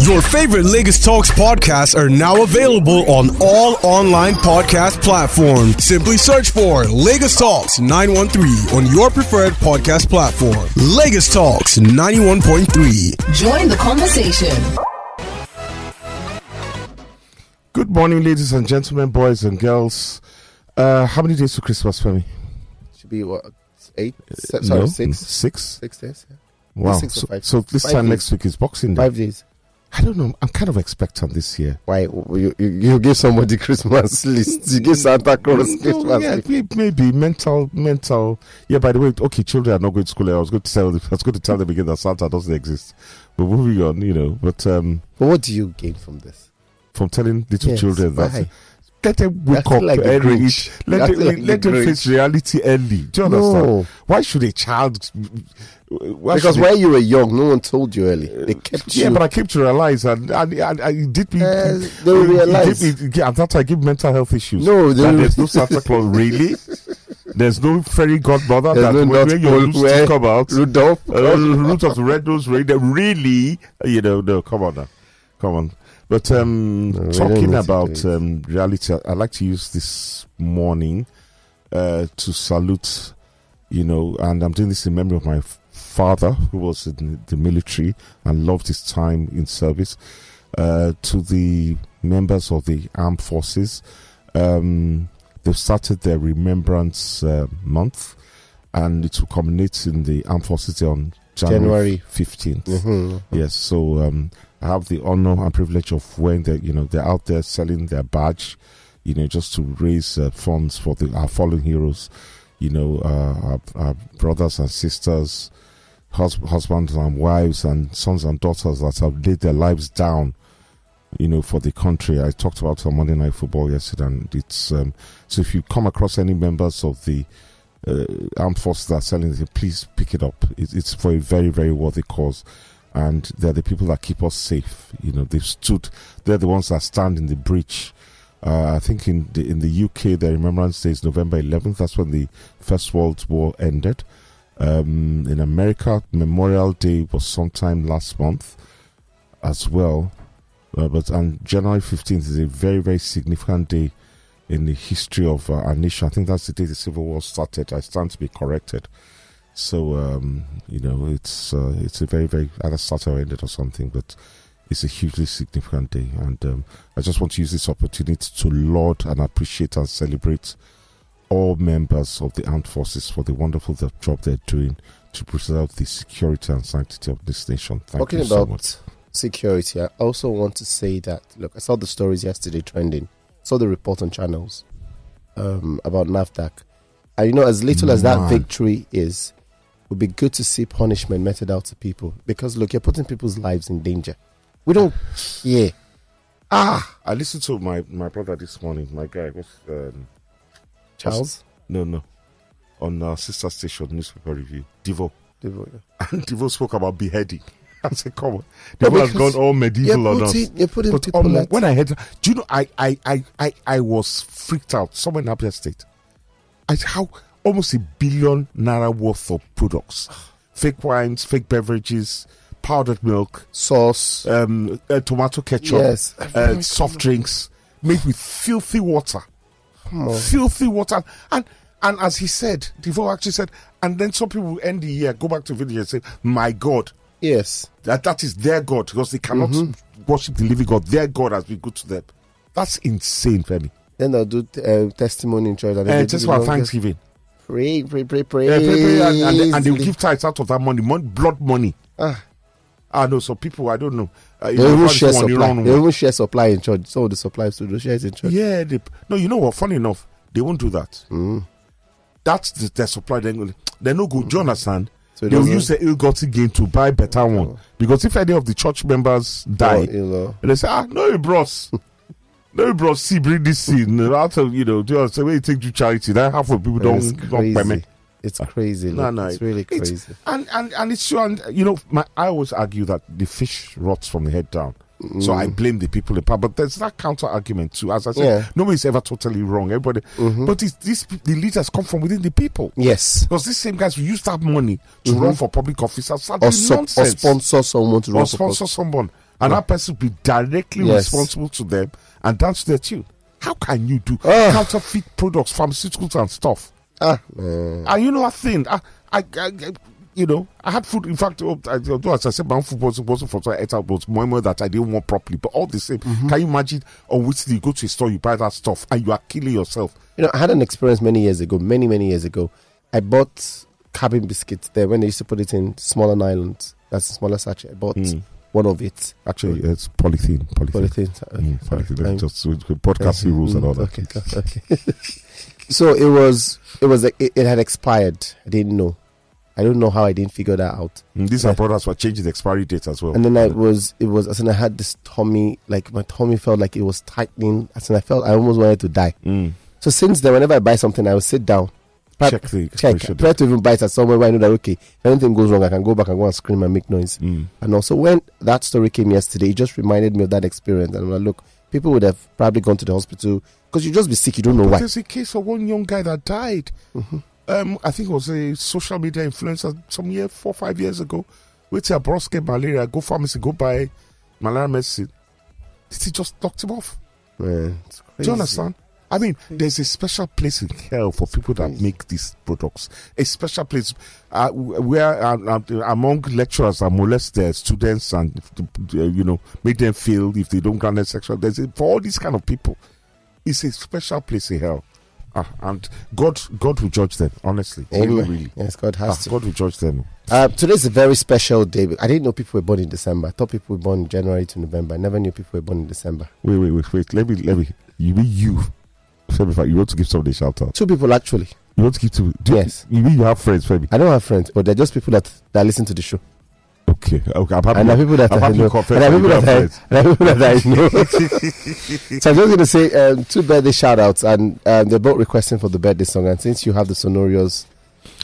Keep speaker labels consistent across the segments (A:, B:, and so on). A: Your favorite Lagos Talks podcasts are now available on all online podcast platforms. Simply search for Lagos Talks 913 on your preferred podcast platform. Lagos Talks 91.3.
B: Join the conversation.
C: Good morning, ladies and gentlemen, boys and girls. Uh, how many days to Christmas for me?
D: Should be what eight? Se- Uh,
C: Uh,
D: sorry,
C: No? Mm,
D: six.
C: Six?
D: Six days. Yeah.
C: Wow.
D: six or
C: so,
D: five.
C: so this
D: Five
C: time
D: days.
C: next week is Boxing Day.
D: Five days.
C: I don't know. I'm kind of expectant this year.
D: Why you, you, you gave somebody Christmas list? You gave Santa Claus
C: No,
D: Christmas
C: yeah,
D: list.
C: may- maybe mental, mental. Yeah. By the way, okay, children are not going to school. I was going to tell, them, I was going to tell them again that Santa doesn't exist. But moving on, you know. But um,
D: But what do you gain from this?
C: from telling little
D: Yes,
C: children that,
D: why?
C: let them wake
D: That's
C: up
D: like the
C: early.
D: Grinch.
C: Let
D: That's
C: them,
D: like the
C: let them
D: Grinch.
C: face reality early. Do you understand?
D: No.
C: Why should a child? Why
D: because
C: should a
D: when you were young, no one told you early. They kept
C: Yeah,
D: you.
C: but I came to realize, and, and, and, and it did me.
D: Uh,
C: it-
D: they
C: it-
D: realize.
C: It did me, and that I give mental health issues.
D: No, they
C: that
D: will-
C: there's no Santa Claus, really? There's no fairy godmother that
D: There's no
C: when,
D: nut
C: when your
D: hole
C: roots
D: where
C: come out, uh,
D: Rudolph.
C: root of the red nose rain, that really, you know, no, come on now. Come on. But um,
D: we don't need
C: talking
D: to
C: about
D: do
C: um, reality, I- I'd like to use this morning uh, to salute, you know, and I'm doing this in memory of my f- father who was in the military and loved his time in service, uh, to the members of the armed forces. Um, they've started their Remembrance uh, Month and it will culminate in the armed forces Day on January,
D: January.
C: 15th.
D: Mhm.
C: Yes, so um, I have the honor and privilege of when they, you know, they're out there selling their badge, you know, just to raise uh, funds for the, our fallen heroes, you know, uh, our, our brothers and sisters, hus- husbands and wives, and sons and daughters that have laid their lives down, you know, for the country. I talked about it on Monday Night Football yesterday, and it's um, so if you come across any members of the uh, armed forces that are selling it, please pick it up. It, it's for a very, very worthy cause. And they're the people that keep us safe. You know, they've stood, they're the ones that stand in the breach. Uh, I think in the, in the UK, the Remembrance Day is November 11th. That's when the First World War ended. Um, in America, Memorial Day was sometime last month as well. Uh, but and January 15th is a very, very significant day in the history of uh, our nation. I think that's the day the Civil War started. I stand to be corrected. So um, you know, it's uh, it's a very very either started or ended or something, but it's a hugely significant day, and um, I just want to use this opportunity to laud and appreciate and celebrate all members of the armed forces for the wonderful the- job they're doing to preserve the security and sanctity of this nation. Thank
D: Talking
C: you so
D: about
C: much.
D: security, I also want to say that look, I saw the stories yesterday trending, saw the report on channels um, about NAFDAC. And you know, as little as that
C: Man.
D: victory is, it would be good to see punishment meted out to people because look, you're putting people's lives in danger. We don't care.
C: Ah, I listened to my my brother this morning. My guy, what's um,
D: Charles?
C: no no, on our sister station newspaper review, Devo.
D: You're
C: and Devo spoke about beheading. I said, come on.
D: No,
C: Devo has
D: because
C: gone all medieval on us.
D: putting, you're putting
C: But
D: people
C: um,
D: at,
C: when I heard, do you know, I, I, I, I, I was freaked out. Someone in Abia State. I how almost a billion naira worth of products, fake wines, fake beverages, powdered milk,
D: sauce.
C: um, uh, tomato ketchup,
D: Yes.
C: uh, soft drinks made with filthy water, filthy water, and and as he said, Devo actually said, and then some people will end the year, go back to village and say, "My God,
D: yes.
C: that that is their God because they cannot
D: Mm-hmm.
C: worship the living God. Their God has been good to them. That's insane, Femi.
D: Then they'll do uh, testimony in church. And
C: And
D: then they
C: Uh, just
D: do
C: for
D: the longest-
C: Thanksgiving,
D: Pray, pray, pray, pray.
C: Eh, pray, pray, and, and, they- and they will give tithes out of that money, money blood money.
D: Ah.
C: I know. So people, I don't know. Uh,
D: They even
C: Iran is
D: share
C: one,
D: supply.
C: Iran
D: They
C: one.
D: even share supply in church. So the supplies to the shares in church.
C: Yeah, they, no, you know what? Funny enough, they won't do that.
D: Mm.
C: That's the, their supply. They're, they're no good. Do you understand?
D: Mm. So Oh. it
C: They'll
D: doesn't-
C: use the ill-gotten gain to buy better one. Because if any of the church members
D: Oh,
C: die,
D: You know.
C: and they say, ah, no, you bros. no, you bros, see, bring this in. Out of, you know, do you understand? When you take to charity, that half of people
D: it's
C: don't, don't permit.
D: crazy. It's crazy.
C: No,
D: look.
C: no,
D: it's really
C: it's-
D: crazy.
C: and and and it's true. And you know, my I always argue that the fish rots from the head down.
D: Mm.
C: So I blame the people in power, but there's that counter argument too. As I said,
D: Yeah. Mm-hmm.
C: nobody's ever totally wrong. Everybody, but it's, these pe- the leaders come from within the people.
D: yes.
C: Because these same guys who use that money to run for public office and start
D: Mm-hmm. Or,
C: doing
D: sup- or
C: nonsense
D: sponsor someone to
C: or
D: run for
C: sponsor someone. and that person be directly
D: Yes.
C: responsible to them, and that's their tune. How can you do
D: Ah.
C: counterfeit products, pharmaceuticals, and stuff?
D: Ah, man.
C: And you know a thing. I, I, I, I- you know, I had food. In fact, uh, I, although as I said, my own food wasn't wasn't from so I ate out, but more more that I didn't want properly. But all the same,
D: Mm-hmm.
C: can you imagine? On which day you go to a store, you buy that stuff, and you are killing yourself.
D: You know, I had an experience many years ago, many, many years ago. I bought cabin biscuits there when they used to put it in smaller nylons. That's a smaller sachet. I bought one of it.
C: Actually, it's polythene. Polythene.
D: Polythene. Hmm. Okay,
C: Mm,
D: sorry.
C: polythene.
D: I'm-
C: Just with with podcast rules and all that.
D: Mm-hmm. Okay, okay. so it was, it was, like, it, it had expired. I didn't know. I don't know how I didn't figure that out.
C: Mm, These
D: Yeah.
C: are products were changing the expiry date as well.
D: And then I was, it was, as in I had this tummy, like my tummy felt like it was tightening. As in I felt I almost wanted to die.
C: Mm.
D: So since then, whenever I buy something, I will sit down, Prep-
C: check the
D: check,
C: expiration
D: try
C: date.
D: to even buy it at somewhere where I know that okay, if anything goes wrong, I can go back and go and scream and make noise.
C: Mm.
D: And also, when that story came yesterday, it just reminded me of that experience. And I'm like, look, people would have probably gone to the hospital because you just be sick, you don't know
C: But
D: why. Mm-hmm.
C: There's a case of one young guy that died. Um, I think it was a social media influencer some year, four, five years ago. Went to Abrosque malaria, go pharmacy, go buy malaria medicine. This thing just knocked him off.
D: Man, it's
C: Do
D: crazy.
C: you understand? I mean, there's a special place in hell for people that make these products. A special place uh, w- where uh, uh, among lecturers that molest their students and uh, you know make them feel if they don't grant them sexual. There's a, for all these kind of people, it's a special place in hell, Ah, and God God will judge them. Honestly, He will
D: Amen.
C: really.
D: Yes, God
C: Ah,
D: has to.
C: God will judge them.
D: Uh, today's a very special day. I didn't know people were born in December. I thought people were born January to November. I never knew people were born in December.
C: Wait, wait, wait, wait. Let me, let me. You mean you? Femi, You want to give somebody a shout out?
D: Two people actually.
C: You want to give to? do you-
D: Yes.
C: You mean you have friends, Femi?
D: I don't have friends, but they're just people that, that listen to the show.
C: Okay, okay. I'm happy.
D: and there are people that
C: I'm
D: I
C: happy
D: know.
C: you
D: And
C: confess
D: there are
C: that
D: people
C: you
D: that
C: have
D: I,
C: friends.
D: there are people that I know. so I'm just going to say um, two birthday shout outs, and um, they're both requesting for the birthday song. And since you have the Sonorios,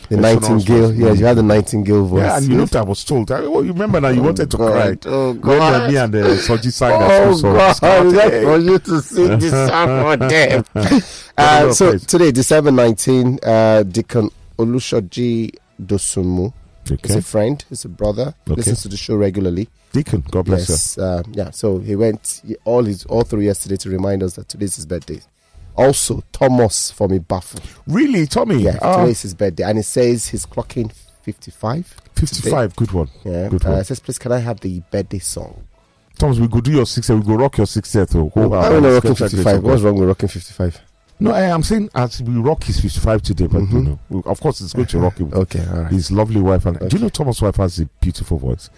D: the
C: The sonorous
D: Nightingale,
C: voice.
D: yes, you have the Nightingale voice.
C: Yeah, and you know what I was told. I, well, you remember now you wanted to cry.
D: Oh,
C: When uh,
D: God.
C: me and uh, Soji sang that
D: Oh
C: school song.
D: God!
C: Scott,
D: That
C: eh,
D: for you to sing this song for them.
C: Another
D: Uh, so
C: place.
D: today, December 19, uh, Deacon Olushoji Dosunmu is
C: Okay.
D: a friend, is a brother,
C: Okay.
D: listens to the show regularly.
C: Deacon, God bless
D: yes, uh, yeah. So he went he- all his all through yesterday to remind us that today's his birthday. Also, Thomas from Ibafu.
C: you. Really, Tommy?
D: Yeah,
C: Ah,
D: today's his birthday, and he says he's clocking 55.
C: 55, good one.
D: Yeah,
C: Good
D: uh,
C: one.
D: he says, please, can I have the birthday song?
C: Thomas, we could do your 60th. We go rock your 60th. Oh, oh,
D: I
C: wow.
D: don't know,
C: Special
D: rocking
C: grace
D: 55.
C: of God.
D: What's wrong with rocking 55?
C: No, I, I'm saying as we rock his 55 today, but you
D: Mhm.
C: know, we- of course, it's going to rock him.
D: Okay, all right.
C: His lovely wife. And Do
D: Okay.
C: you know Thomas' wife has a beautiful voice?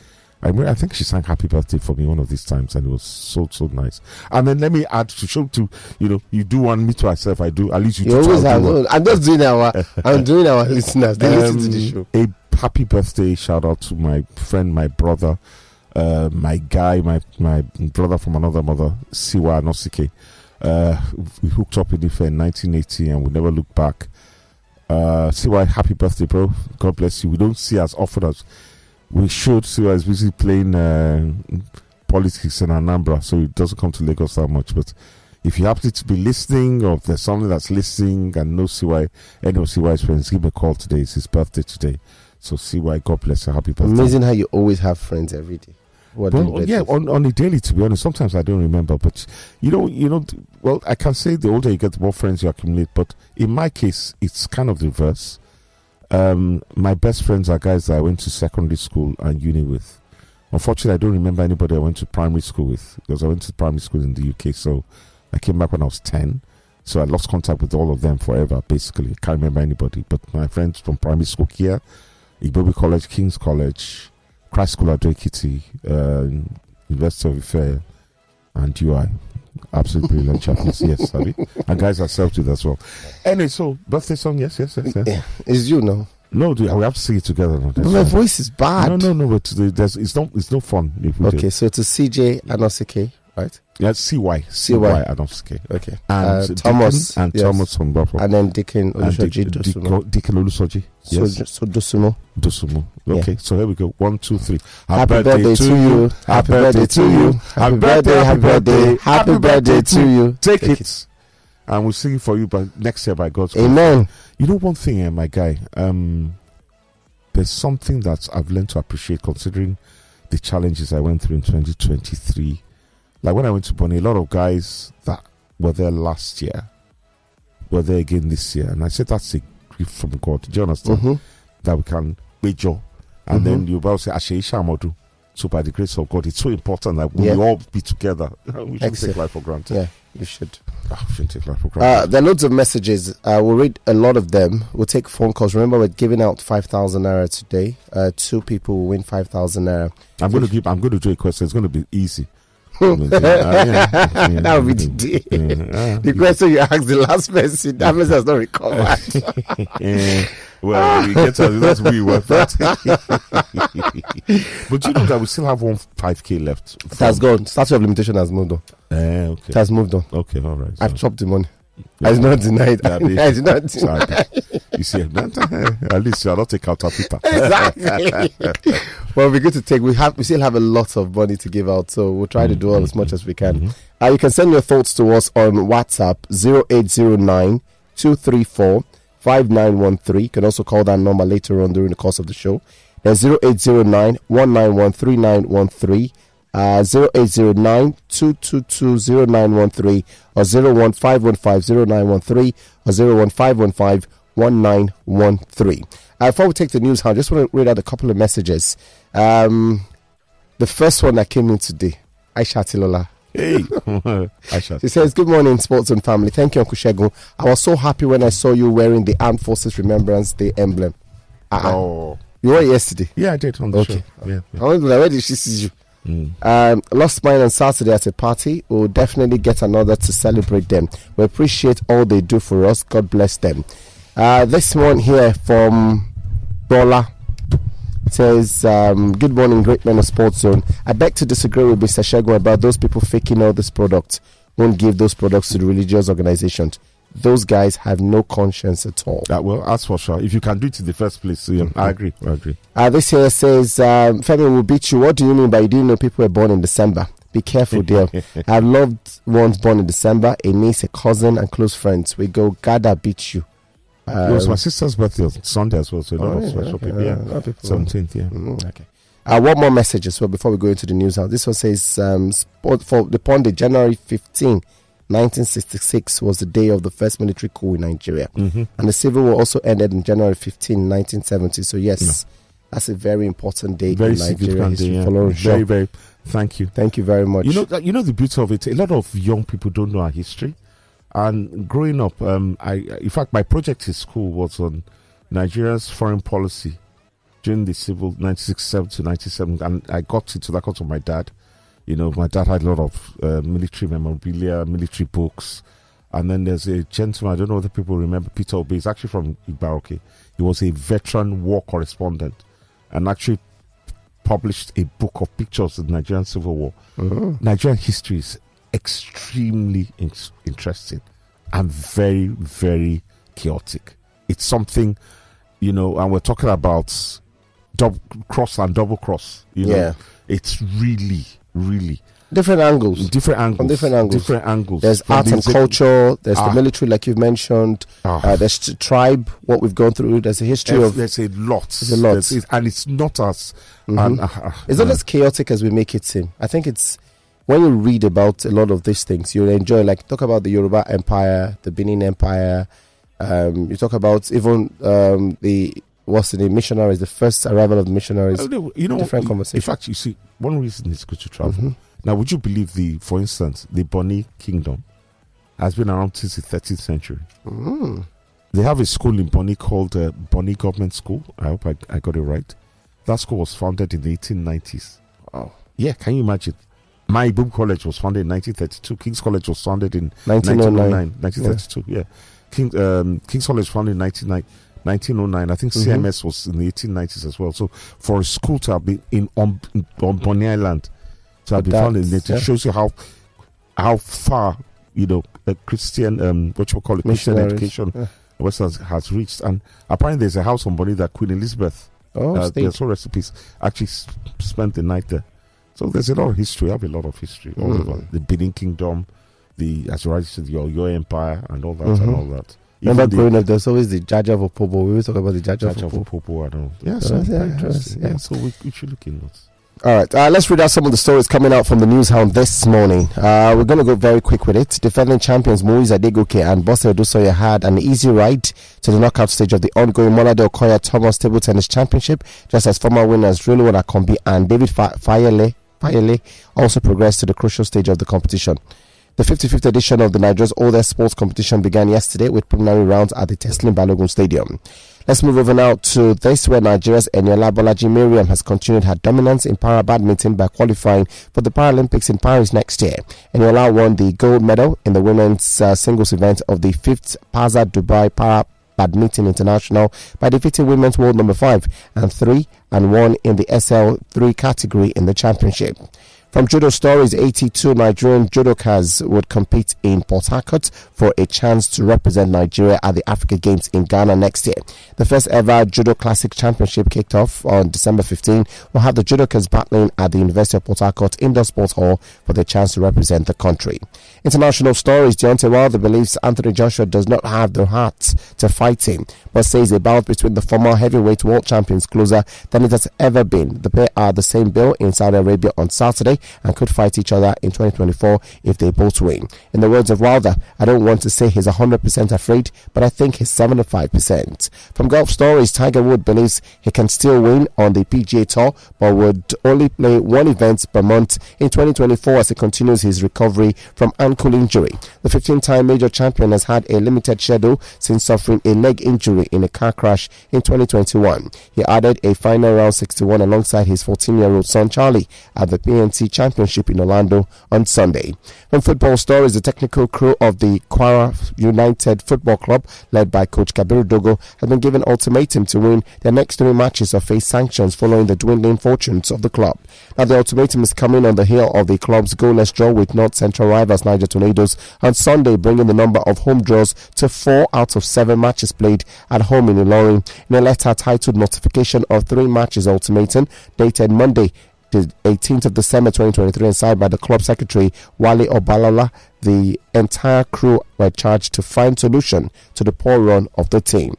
C: I mean, I think she sang "Happy Birthday" for me one of these times, and it was so so nice. And then let me add to show to you know you do one, me to myself, I do. At least you,
D: You
C: two to
D: always
C: I'll
D: have.
C: do one.
D: I'm just doing our. I'm doing our listeners. They listen to the show.
C: Um, A happy birthday shout out to my friend, my brother, uh, my guy, my my brother from another mother, Siwa Anosike. Uh, we hooked up in Ife in 1980 and we never looked back. Uh, Siwa, happy birthday, bro. God bless you. We don't see as often as we should. Siwa is busy playing uh, politics in Anambra, so it doesn't come to Lagos that much. But if you happen to be listening or if there's somebody that's listening and knows CY, any of CY's friends, give me a call today. It's his birthday today. So CY, God bless her. Happy birthday.
D: Amazing how you always have friends every day. What
C: Well, yeah, on, on a daily, to be honest, sometimes I don't remember, but you know, you know, th- well, I can say the older you get, the more friends you accumulate, but in my case, it's kind of the reverse. Um, my best friends are guys that I went to secondary school and uni with. Unfortunately, I don't remember anybody I went to primary school with because I went to primary school in the UK, so I came back when I was 10. So I lost contact with all of them forever, basically. Can't remember anybody, but my friends from primary school here, Igbobi College, King's College, Christ School at Ekiti, uh, University of Ife, and UI. Absolutely brilliant champions, yes, Sabi. And guys are self with as well. Anyway, so birthday song, yes, yes, yes, yes.
D: it's you now.
C: No, dude, we have to sing it together now.
D: But
C: that's
D: my
C: fine.
D: voice is bad.
C: No, no, no, but the- there's, it's no, it's no fun if we do
D: Okay, so to CJ and Osike, right?
C: Yeah, CY, CY,
D: CY.
C: I don't care.
D: Okay.
C: And
D: uh,
C: Deacon
D: Thomas
C: and
D: yes.
C: Thomas from Buffalo.
D: and then Deacon Olushoji
C: Dick- Dick-
D: Dosumo.
C: Deacon Olusoji.
D: So,
C: Yes,
D: so Dosumo.
C: Dosumo.
D: Yeah.
C: Okay, so here we go. One, two, three.
D: Happy birthday to you. Happy birthday to you. Happy birthday. Happy birthday. Happy birthday to you.
C: Take, it. And we'll sing it for you by next year by God's grace.
D: Amen.
C: You know one thing, eh, my guy. Um, there's something that I've learned to appreciate considering the challenges I went through in 2023. Like when I went to Bonny, a lot of guys that were there last year were there again this year. And I said, that's a gift from God. Do you understand?
D: Mhm.
C: That we can wage up. And
D: Mhm.
C: then you about say, Ashe Ishamodu. So by the grace of God, it's so important that
D: Yeah.
C: we all be together. we should
D: Excellent.
C: take life for granted.
D: Yeah, you should.
C: Ah, we shouldn't take life for
D: Uh,
C: granted.
D: there are loads of messages. Uh, we'll read a lot of them. We'll take phone calls. Remember, we're giving out 5,000 naira today. Uh, two people will win 5,000 naira.
C: I'm going to give. I'm going to do a question. It's going to be easy. Uh,
D: that would be the,
C: Yeah.
D: the question you asked the last person. That message has not recovered.
C: Eh, well, we get to, that's we were that. but you know that we still have one five k left.
D: It has gone. Statue of limitation has moved on.
C: Eh,
D: It
C: okay.
D: has moved on.
C: Okay. All right.
D: I've
C: So,
D: chopped the money. I did not deny it.
C: Yeah,
D: I
C: babe.
D: did not deny
C: sorry. you see, at least you're not a counterfeiter.
D: exactly. well, we're good to take. We have we still have a lot of money to give out, so we'll try to do all as much as we can. Uh, you can send your thoughts to us on WhatsApp 0809 234 5913. You can also call that number later on during the course of the show. Then 0809 191 3913. Uh, 0809 222 0913 or 01515 0913 or 01515 1913. Uh, before we take the news, I just want to read out a couple of messages. Um, the first one that came in today, Aisha Tilola.
C: Hey, I shall.
D: She says, Good morning, sports and family. Thank you, Uncle Shego. I was so happy when I saw you wearing the Armed Forces Remembrance Day emblem. Uh-uh.
C: Oh,
D: You wore it yesterday.
C: yeah, I did on the
D: Okay.
C: show. Yeah,
D: I was like, Oh, Where did she see you?
C: Mm.
D: Um, lost mine on Saturday at a party. We'll definitely get another to celebrate them. We appreciate all they do for us. God bless them. Uh, this one here from Bola says, um, Good morning, great men of Sports Zone. I beg to disagree with Mr. Shego about those people faking all this product. Won't give those products to the religious organizations. Those guys have no conscience at all.
C: Yeah, Uh, well, that's for sure. If you can do it in the first place, yeah, I agree. I agree.
D: Uh, this here says, um, Femi will beat you. What do you mean by you didn't know people were born in December? Be careful, dear. I have loved ones born in December, a niece, a cousin, and close friends. We go, Gada beat you. Uh,
C: it was my sister's birthday on Sunday as well, so a lot
D: Oh,
C: of
D: yeah,
C: special
D: okay.
C: people.
D: Uh, a lot of
C: Yeah,
D: people.
C: seventeenth. Yeah.
D: Mm, okay. Uh, one more message as well before we go into the news. Now, this one says, um, sport for the Ponde, January 15, 1966 was the day of the first military coup in Nigeria.
C: Mm-hmm.
D: And the Civil War also ended on January 15, 1970. So, yes, that's a very important day
C: Very
D: in Nigeria
C: significant.
D: history.
C: day, Yeah.
D: Following
C: Very,
D: sure.
C: very. Thank you.
D: Thank you very much.
C: You know, that- you know the beauty of it. A lot of young people don't know our history, and growing up, um, I, in fact, my project in school was on Nigeria's foreign policy during the civil 1967 to 97, and I got into that because of my dad. You know, my dad had a lot of uh, military memorabilia, military books, and then there's a gentleman. I don't know whether people remember Peter Obi. He's actually from Ibaroke. He was a veteran war correspondent, and actually published a book of pictures of the Nigerian Civil War.
D: Oh.
C: Nigerian history is extremely in- interesting and very, very chaotic. It's something, you know, and we're talking about double cross and double cross. You know,
D: Yeah.
C: it's really, really
D: different angles.
C: different angles.
D: different angles.
C: Different angles.
D: There's
C: From
D: art
C: the
D: and culture. There's the
C: Ah.
D: military, like you've mentioned.
C: Ah.
D: Uh, there's t- tribe. What we've gone through. There's a history
C: There's,
D: of.
C: there's a lot.
D: There's a lot. Mm-hmm.
C: it- and it's not as. and, uh, uh,
D: It's not as chaotic as we make it seem. I think it's when you read about a lot of these things, you'll enjoy. Like talk about the Yoruba Empire, the Benin Empire. Um, you talk about even um, the what's the name missionaries, the first arrival of the missionaries.
C: Oh, no, you know,
D: different
C: in-
D: conversation. Mm-hmm.
C: In fact, you see, one reason it's good to travel. Now, would you believe the, for instance, the Bonny Kingdom has been around since the 13th century.
D: Mm.
C: They have a school in Bonny called uh, Bonny Government School. I hope I, I got it right. That school was founded in the 1890s.
D: Wow.
C: Yeah, can you imagine? My Boom College was founded in 1932. King's College was founded in
D: 1909.
C: 1909. 1932, yeah. King, um, King's College founded in 1909. 1909. I think
D: Mm-hmm.
C: CMS was in the 1890s as well. So for a school to have been in on, on Bonny Island to have been
D: That-
C: founded, in it,
D: yeah.
C: it shows you how how far you know the Christian um, what you call it Christian
D: Missionaries,
C: education
D: yeah.
C: Western has reached. And apparently, there's a house on Bonny that Queen Elizabeth,
D: Oh,
C: uh,
D: state.
C: there's so recipes, actually s- spent the night there. So there's a lot of history. I have a lot of history all
D: Mm.
C: over the Benin Kingdom, the as you rightly said, the Oyo Empire, and all that
D: Mhm.
C: Mm-hmm. and all that.
D: Remember
C: Even the-
D: growing up, there's always the Jaja of Opobo. We always talk about the Jaja
C: Church
D: of
C: of
D: Opobo.
C: Popo, I don't know. Yeah,
D: so
C: so,
D: yeah,
C: very
D: interesting,
C: interesting.
D: yeah.
C: yeah. so we, we should look in those.
D: All right, uh, let's read out some of the stories coming out from the news hound this morning. Uh, we're going to go very quick with it. Defending champions Moise Adegoke and Bosse Odusoye had an easy ride to the knockout stage of the ongoing Molade Okoya Thomas Table Tennis Championship, just as former winners Rulu Akombi and David Fa- Fayele, Fayele also progressed to the crucial stage of the competition. The 55th edition of the Nigeria's oldest sports competition began yesterday with preliminary rounds at the Teslim Balogun Stadium. Let's move over now to this where Nigeria's Eniola Bolaji Miriam has continued her dominance in para badminton by qualifying for the Paralympics in Paris next year. Eniola won the gold medal in the women's uh, singles event of the 5th Paza Dubai Para Badminton International by defeating women's world number 5 and 3 and 1 in the SL3 category in the championship. From Judo Stories 82, Nigerian judokas would compete in Port Harcourt for a chance to represent Nigeria at the Africa Games in Ghana next year. The first ever Judo Classic Championship kicked off on December 15 will have the judokas battling at the University of Port Harcourt Indoor Sports Hall for the chance to represent the country. International Stories Deontay Wilder believes Anthony Joshua does not have the heart to fight him, but says the bout between the former heavyweight world champions closer than it has ever been. The pair are the same bill in Saudi Arabia on Saturday and could fight each other in 2024 if they both win. In the words of Wilder, I don't want to say he's 100% afraid, but I think he's 75%. From Golf Stories, Tiger Wood believes he can still win on the PGA Tour, but would only play one event per month in 2024 as he continues his recovery from ankle injury. The 15 time major champion has had a limited schedule since suffering a leg injury in a car crash in 2021. He added a final round 61 alongside his 14 year old son Charlie at the PNC Championship in Orlando on Sunday. From football stories, the technical crew of the Quara United Football Club, led by coach Kabiru Dogo, has been given ultimatum to win their next three matches or face sanctions following the dwindling fortunes of the club. Now, the ultimatum is coming on the heel of the club's goalless draw with North Central rivals Niger Tornadoes on Sunday, bringing the number of home draws to four out of seven matches played at home in Ilorin. In a letter titled Notification of Three Matches Ultimatum, dated Monday, the 18th of December 2023 and signed by the club secretary Wale Obalala, the entire crew were charged to find solution to the poor run of the team.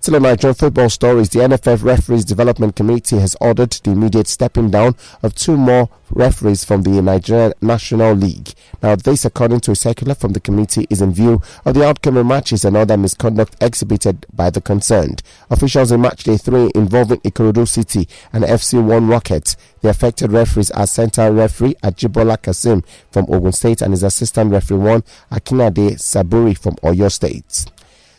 D: Still in Nigerian football stories, the NFF Referees Development Committee has ordered the immediate stepping down of two more referees from the Nigerian National League. Now, this, according to a circular from the committee, is in view of the outcome of matches and other misconduct exhibited by the concerned. Officials in match day three involving Ikorodu City and FC1 Rockets. The affected referees are center referee Ajibola Kasim from Ogun State and his assistant referee one Akinade Saburi from Oyo State.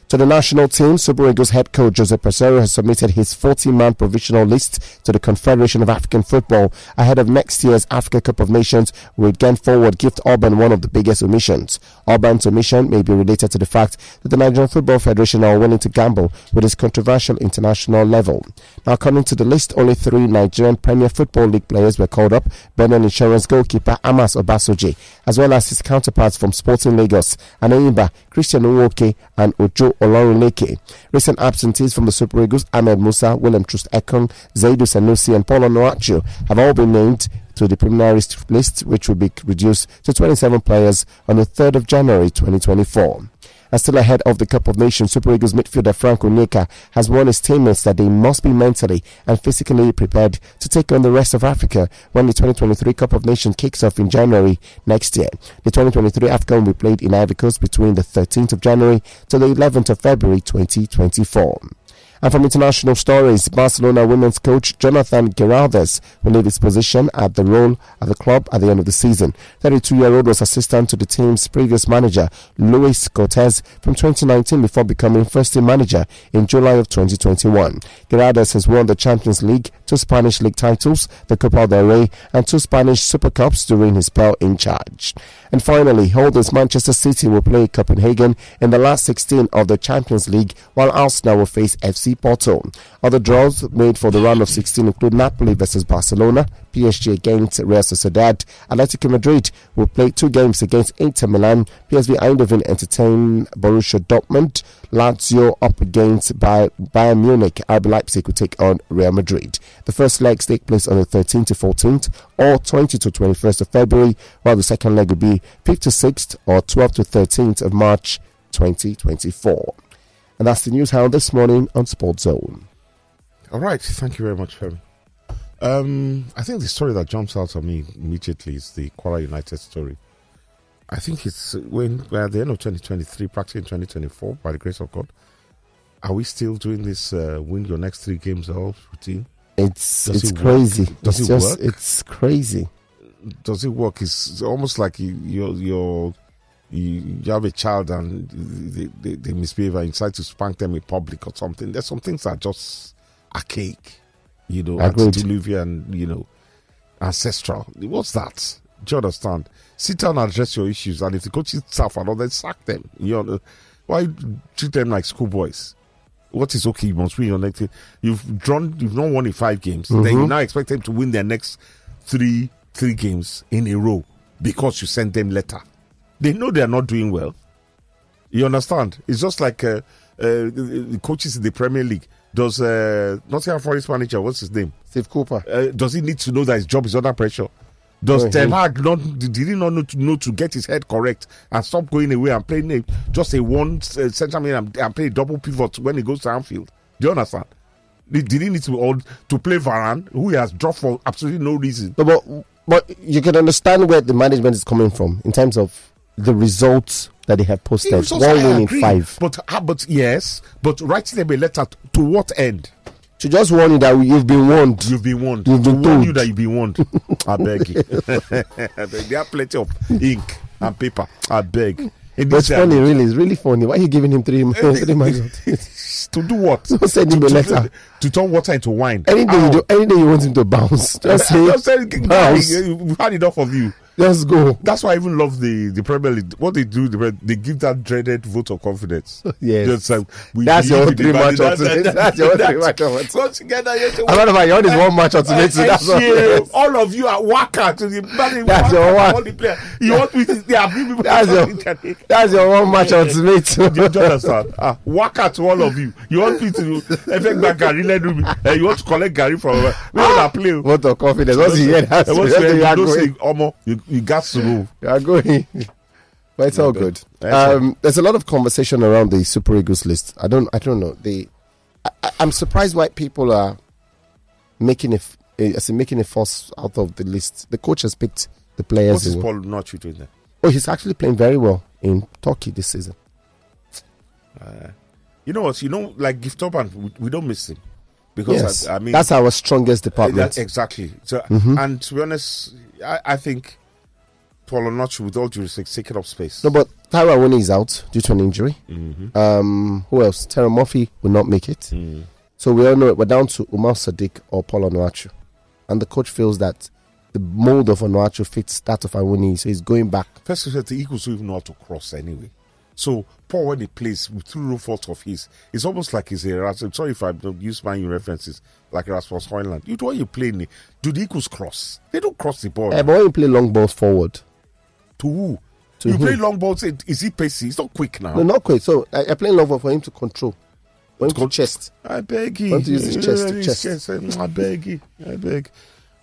D: To the national team, Super Eagles head coach Jose Pesero has submitted his 40-man provisional list to the Confederation of African Football ahead of next year's Africa Cup of Nations, with Gen forward Gift Auburn one of the biggest omissions. Auburn's omission may be related to the fact that the Nigerian Football Federation are willing to gamble with its controversial international level. Now, coming to the list, only three Nigerian Premier Football League players were called up: Benin Insurance goalkeeper Amas Obasoji, as well as his counterparts from Sporting Lagos, Anoyimba, Christian Uwoke, and Ojo Olorunleke. Recent absentees from the Super Eagles, Ahmed Musa, William Trust Ekong, Zaidu Sanusi, and Paulo Noachu, have all been named to the preliminary list, which will be reduced to 27 players on the 3rd of January 2024 and still ahead of the Cup of Nations. Super Eagles midfielder Franco Nika has warned his teammates that they must be mentally and physically prepared to take on the rest of Africa when the 2023 Cup of Nations kicks off in January next year. The 2023 AFCON will be played in Ivory Coast between the 13th of January to the 11th of February 2024. And from international stories, Barcelona women's coach Jonathan Geraldes will leave his position at the role at the club at the end of the season. 32-year-old was assistant to the team's previous manager, Luis Cortez, from 2019 before becoming first-team manager in July of 2021. Geraldes has won the Champions League, two Spanish league titles, the Copa del Rey, and two Spanish Super Cups during his spell in charge. And finally, holders Manchester City will play Copenhagen in the last 16 of the Champions League, while Arsenal will face FC Porto. Other draws made for the round of 16 include Napoli versus Barcelona, PSG against Real Sociedad, Atletico Madrid will play two games against Inter Milan, PSV Eindhoven entertain Borussia Dortmund, Lazio up against Bayern Munich, RB Leipzig will take on Real Madrid. The first legs take place on the 13th to 14th or 20 to 21st of February, while the second leg will be 5th to 6th or 12th to 13th of March 2024. And that's the news hound this morning on Sports Zone.
C: All right. Thank you very much, Femi. Um, I think the story that jumps out at me immediately is the Quora United story. I think it's uh, when we're at the end of 2023, practically in 2024, by the grace of God. Are we still doing this uh, win your next three games off routine?
D: It's
C: Does
D: it's
C: it work?
D: crazy.
C: Does
D: it's
C: it
D: just
C: work?
D: it's crazy.
C: Does it work? It's, it's almost like you, you're, you're, you, you have a child and they, they, they misbehave and you decide to spank them in public or something. There's some things that are just archaic, you know,
D: Agreed.
C: antediluvian, you know, ancestral. What's that? Do you understand? Sit down and address your issues, and if the coaches staff are not, then sack them. You know, why treat them like schoolboys? What is okay? You must win your next. You've drawn. You've not won in five games. Then you now expect them to win their next three three games in a row because you sent them letter. They know they are not doing well. You understand? It's just like uh, uh, the the coaches in the Premier League. Does uh, Nottingham Forest manager? What's his name?
D: Steve Cooper.
C: uh, does he need to know that his job is under pressure? Does
D: Mhm.
C: Ten Hag not did he not know to, know to get his head correct and stop going away and playing a, just a one uh, central mid and, and play double pivot when he goes to Anfield? Do you understand? Did, did he need to or to play Varane, who he has dropped for absolutely no reason?
D: No, but but you can understand where the management is coming from in terms of the results that they have posted.
C: It's also-
D: One
C: I
D: win in
C: agree.
D: five.
C: But ah, but yes, but writing them a letter t- to what end?
D: To just warn you that you've been warned.
C: You've been warned.
D: You've been
C: to warn you
D: told.
C: that you've been warned. I beg you. I beg. There are plenty of ink and paper. I beg. In
D: That's
C: this day and
D: funny, really. It's really funny. Why are you giving him three, three months?
C: to do what?
D: Don't send him a
C: to,
D: letter.
C: To turn water into wine.
D: Anything you do, anything you want him to bounce, just say,
C: Just say, "Guy,
D: bounce,
C: We've had enough of you.
D: just go.
C: That's why I even love the, the Premier League. What they do, the Pre- they give that dreaded vote of confidence.
D: Yes.
C: Just like, we
D: That's your
C: believe in the
D: three match
C: value-
D: ultimatum. That's your three match
C: that's-
D: ultimatum.
C: Go together. yes,
D: A lot of our is one match ultimate.
C: Eh, eh,
D: That's all.
C: shame. all. of you are worker to the man
D: That's your one.
C: all the players. You want me to they are people
D: That's your, that's your one match
C: do you do
D: ultimate.
C: you understand? Ah, waka to all of you. You want me to effect back Gary Lenny me. Eh, you want to collect Gary from uh, we wanna play. o.
D: What of confidence? Once you hear that,
C: Eh,
D: you
C: once you hear, you
D: are
C: don't say
D: going.
C: Omo, you, you got to move.
D: You are going. But it's all
C: good.
D: good.
C: That's
D: Um, there's a lot of conversation around the Super Eagles list. I don't. I don't know. They. I- I, I'm surprised why people are making a, f- a- as in making a fuss out of the list. The coach has picked the
C: What
D: players.
C: is
D: he-
C: Paul not doing there?
D: Oh, he's actually playing very well in Turkey this season.
C: You know what? You know, like Gift Up and we, we don't miss him because
D: yes,
C: I, I mean
D: that's our strongest
C: Uh,
D: department.
C: that- exactly. So,
D: Mm-hmm.
C: and to be honest, I, I think Paul Onochi, with all due respect, taking up space.
D: No, but Tyra Awoniyi is out due to an injury. Um, who else? Terry Murphy will not make it. So we all know it. We're down to Umar Sadiq or Paul Onuachu. And the coach feels that the mold of Onuachu fits that of Awoni, so he's going back.
C: First of all, the Eagles don't even know how to cross anyway. So Paul, when he plays with through no fault of his, it's almost like he's a Erasmus. I'm sorry if I don't use my own references, like Erasmus Hoyland. You do what you play, in it. do the Eagles cross? They don't cross the ball.
D: Eh, but when you play long balls forward,
C: to who?
D: To
C: you
D: who?
C: play long balls, it- is he pacey? It's not quick now.
D: no, not quite. So I, I play long ball for him to control, for him to
C: Con-
D: chest.
C: I beg you.
D: Want to use his chest to
C: His
D: chest.
C: eh, I beg you. I beg.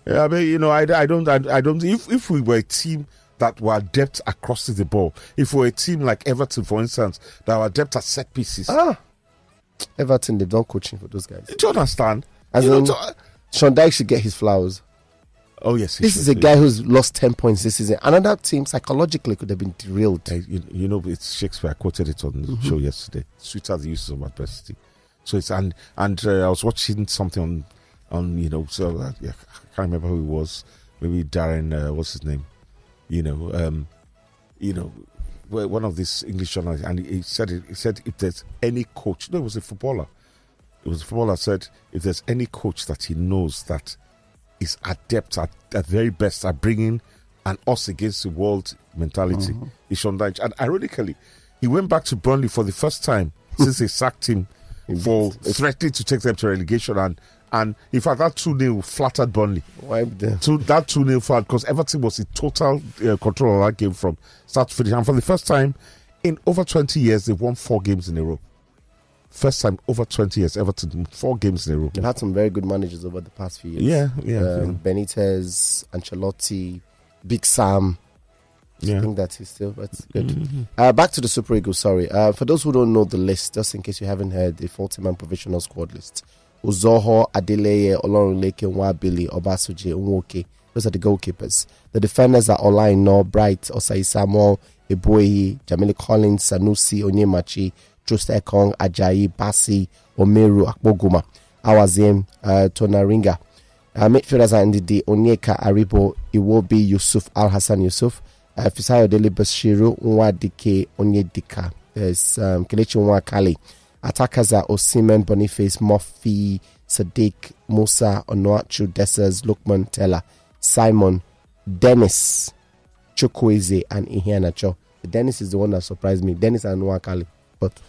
C: Yeah, I beg. You know, I, I don't. I, I don't. If if we were a team that were adept at crossing the ball, if we were a team like Everton, for instance, that were adept at set pieces,
D: Ah, Everton, they've done coaching for those guys.
C: do you understand?
D: As
C: You know,
D: in-
C: to-
D: Sean Dyke should get his flowers.
C: oh yes, he
D: This
C: should
D: is a
C: do.
D: guy who's lost 10 points this season. Another team psychologically could have been derailed.
C: Eh, you, you know, it's Shakespeare. I quoted it on the show yesterday. Sweet are the uses of adversity. So it's and and uh, I was watching something on on you know so uh, yeah, I can't remember who it was. Maybe Darren. Uh, what's his name? You know, um, you know, wh- one of these English journalists, and he he said it, he said if there's any coach, no, it was a footballer. It was a footballer said if there's any coach that he knows that is adept at the very best at bringing an us against the world mentality. It's Sean Dyche. And ironically, he went back to Burnley for the first time since they sacked him for threatening to take them to relegation. And, and in fact, that 2 0 flattered Burnley.
D: Wipe them.
C: Two, that 2 0 flat because Everton was in total uh, control of that game from start to finish. And for the first time in over 20 years, they've won four games in a row. First time over 20 years, Everton, four games in a row.
D: They've had some very good managers over the past few years.
C: Yeah, yeah,
D: Um, Benitez, Ancelotti, Big Sam. I
C: yeah.
D: think that is still that's good. Uh, back to the Super Eagles. Sorry, uh, for those who don't know the list, just in case you haven't heard the 40-man provisional squad list, Uzoho, Adeleye, Olorunleke, Nwabili, Obasuje, Nwoke. Those are the goalkeepers. The defenders are Olain No, Bright, Osai Samuel, Eboyi, Jamili Collins, Sanusi, Onyemachi, Truster Kong, Ajayi, Basi, Omeru, Akpoguma, Awazim, uh, Tonaringa. Uh, midfielders are Ndidi, Onyeka, Aribo, Iwobi, Yusuf, Al Hassan Yusuf, uh, Fisayo Dele Bashiru, Nwadike, Onyedika, there's um, Kelechi Nwakali. Attackers are Osimen, Boniface, Murphy, Sadiq, Musa, Onuachu, Dessers, Lukman, Teller, Simon, Dennis, Chukwueze, and Iheanacho. Dennis is the one that surprised me. Dennis and Nwakali. But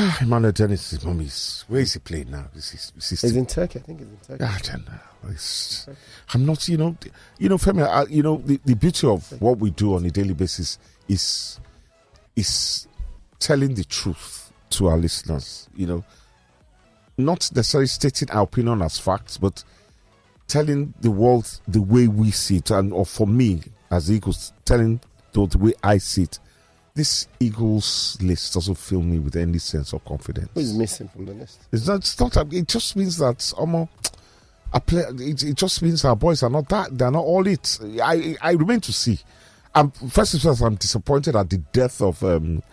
C: Ah, Emmanuel Dennis is mommy's. Where is he playing now? Is he, is he
D: it's
C: still,
D: in Turkey. I think it's in Turkey.
C: I don't know. It's- I'm not, you know, you know, Femi, I, you know, the, the beauty of what we do on a daily basis is is telling the truth to our listeners, you know, not necessarily stating our opinion as facts, but telling the world the way we see it. And or for me, as Eagles, telling the, the way I see it. This Eagles list doesn't fill me with any sense of confidence.
D: Who is missing from the list?
C: It's not. It's not. It just means that almost. I play. It, it just means our boys are not that. They're not all it. I I remain to see. I'm first of all, I'm disappointed at the death of um,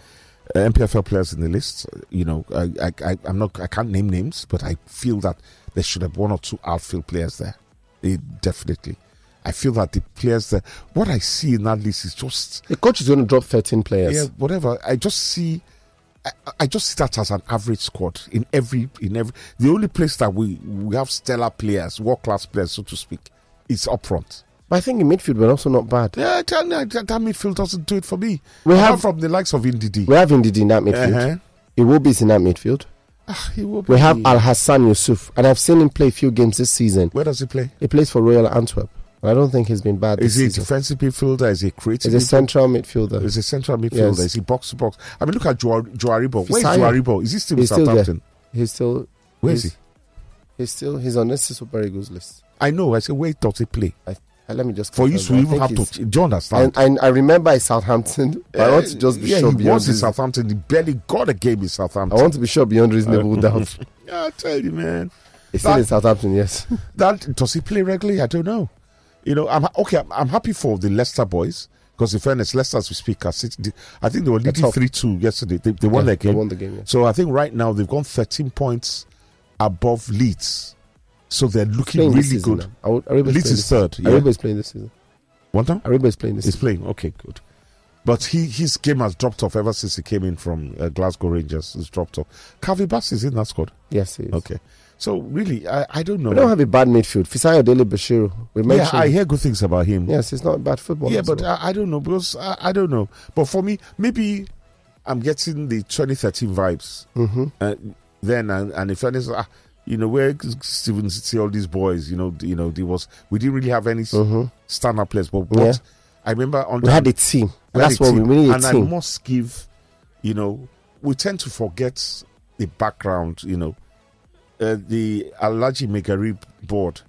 C: MPFL players in the list. You know, I, I I I'm not. I can't name names, but I feel that there should have one or two outfield players there. It, definitely, I feel that the players there. What I see in that list is just
D: The coach is going to drop 13 players.
C: yeah, whatever. I just see, I, I just see that as an average squad in every in every. The only place that we we have stellar players, world class players, so to speak, is up front.
D: But I think in midfield, we're also not bad.
C: Yeah, that, that, that midfield doesn't do it for me.
D: We
C: Apart
D: have-
C: from the likes of Ndidi.
D: We have Ndidi in that midfield.
C: Uh-huh.
D: Iwobi is in that midfield.
C: Ah, he will
D: We
C: be-
D: have Al Hassan Yusuf, and I've seen him play a few games this season.
C: Where does he play?
D: He plays for Royal Antwerp, and I don't think he's been bad
C: Is
D: this
C: he a
D: season.
C: defensive midfielder? Is he a creative?
D: He's a
C: midfielder?
D: central midfielder.
C: Is he a central midfielder?
D: Yes.
C: Is he box to box? I mean, look at Joaribo. Joaribo. Where is
D: Fisayo.
C: Joaribo? Is he still in
D: He's still there.
C: Southampton?
D: He's still.
C: Where is
D: he's-
C: he?
D: He's still. He's on this Super Eagles list.
C: I know. I said, where does he play?
D: I, I- let me just.
C: For you to
D: confirm,
C: even
D: but I
C: have
D: think
C: to, do you understand?
D: he's- And, and I remember it's Southampton. but I want to just be
C: Eh, yeah,
D: sure.
C: he
D: beyond
C: was in
D: reason-
C: Southampton. He barely got a game in
D: I
C: Southampton.
D: want to be sure beyond reasonable doubt.
C: Yeah, I tell you, man.
D: He's still in
C: That-
D: Southampton. Yes.
C: That does he play regularly? I don't know. You know, I'm ha- okay. I'm, I'm happy for the Leicester boys because, in fairness, Leicester as we speak, are sitting, I think they were leading
D: top.
C: three two yesterday. They, they won their
D: Yeah, they
C: game.
D: won the game, yeah.
C: So I think right now they've gone 13 points above Leeds. So they're looking
D: Playing this
C: really
D: season
C: good.
D: now. I would-
C: Leeds
D: Ariba's playing
C: is
D: this-
C: third, yeah.
D: Ariba is playing this season.
C: What now?
D: Ariba is playing this
C: He's
D: season.
C: playing. Okay, good. But he his game has dropped off ever since he came in from uh, Glasgow Rangers. It's dropped off. Kavi Bass is in that squad.
D: Yes, he is.
C: Okay. So really, I, I don't know.
D: We don't have a bad midfield. Fisayo Dele Bashiru. We
C: yeah,
D: mentioned.
C: I hear good things about him.
D: yes, it's not a bad football.
C: yeah, but uh, I, I don't know because I, I don't know. But for me, maybe I'm getting the 2013 vibes.
D: hmm
C: Uh, then and, and in fairness, ah, you know where Steven see all these boys. You know, d- you know, there was we didn't really have any s-
D: Mhm.
C: stand-up players, but
D: Yeah.
C: what I remember on
D: we had a team.
C: we had
D: That's
C: a
D: what we
C: team,
D: we need a
C: and I
D: team.
C: must give, you know, we tend to forget the background, you know, uh, the Alaji Megari board,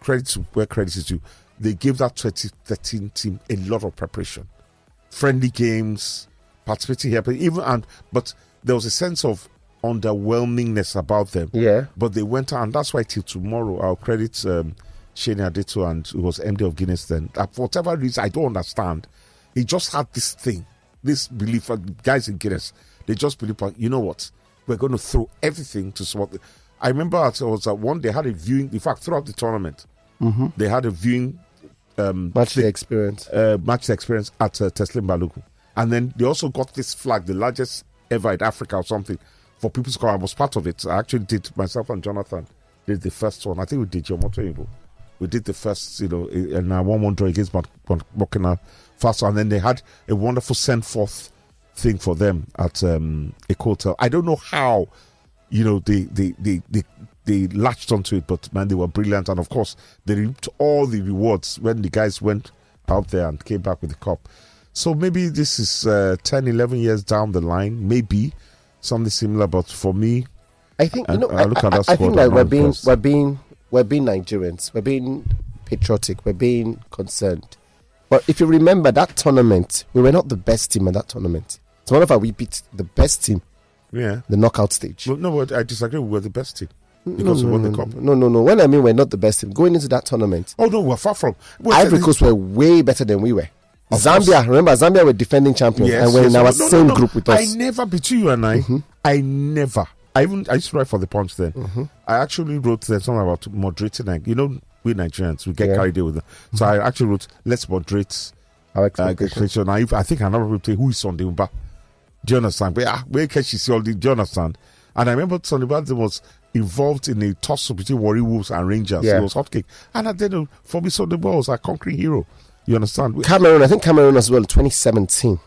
C: credit to where credit is due, they gave that 2013 team a lot of preparation. Friendly games, participating here, but even and but there was a sense of underwhelmingness about them.
D: Yeah.
C: But they went out, and that's why till tomorrow I'll credit um, Shane Adito and who was MD of Guinness then. Uh, for whatever reason, I don't understand. He just had this thing, this belief. uh, Guys in Guinness, they just believe, like, you know what? We're going to throw everything to support. The-. I remember I was at one. They had a viewing. In fact, throughout the tournament, they had a viewing um,
D: Match the experience.
C: uh, match experience at uh, Teslim Baluku. And then they also got this flag, the largest ever in Africa or something, for People's Corps. I was part of it. I actually did, myself and Jonathan did the first one. I think we did Yomoto We did the first, you know, i- and I won one draw against Bur- Bur- Burkina Faso. And then they had a wonderful send forth thing for them at um, Ecotel. I don't know how, you know, they, they, they, they, they latched onto it, but man, they were brilliant. And of course, they reaped all the rewards when the guys went out there and came back with the cup. So maybe this is uh, 10, 11 years down the line, maybe something similar. But for me,
D: I think you
C: And
D: know.
C: I
D: I,
C: look
D: I-
C: at that
D: I think
C: squad
D: like
C: and
D: we're
C: I'm
D: being
C: impressed.
D: we're being we're being Nigerians. We're being patriotic. We're being concerned. But if you remember that tournament, we were not the best team at that tournament. It's one of our we beat the best team
C: yeah.
D: the knockout stage.
C: Well, no, but I disagree. We were the best team. because
D: no,
C: we won
D: no,
C: the cup.
D: no, no, no, no. When I mean we're not the best team, going into that tournament,
C: Oh no, we're far from. We're
D: Ivory
C: certainly-
D: Coast were way better than we were.
C: Of
D: Zambia, remember, Zambia were defending champions
C: Yes,
D: and were in
C: yes,
D: our
C: no, no,
D: same
C: no.
D: group with
C: I
D: us. Mm-hmm.
C: never between you and I. I never. I even I used to write for the Punch then.
D: Mm-hmm.
C: I actually wrote then something about moderating. Like, you know, we Nigerians we get
D: Yeah. Mm-hmm.
C: carried away with. Them. So I actually wrote, "Let's moderate."
D: Our
C: Uh,
D: expectations.
C: expectation. I, I think another people say, "Who is Sunday Umba?" Do you understand? But, ah, where can she see all the? Do you understand? And I remember Sunday Umba was involved in a toss up between Warrior Wolves and Rangers.
D: Yeah.
C: It was hotcake. And I didn't. For me, Sunday Umba was a concrete hero. You understand? We-
D: Cameroon, I think Cameroon as well, 2017.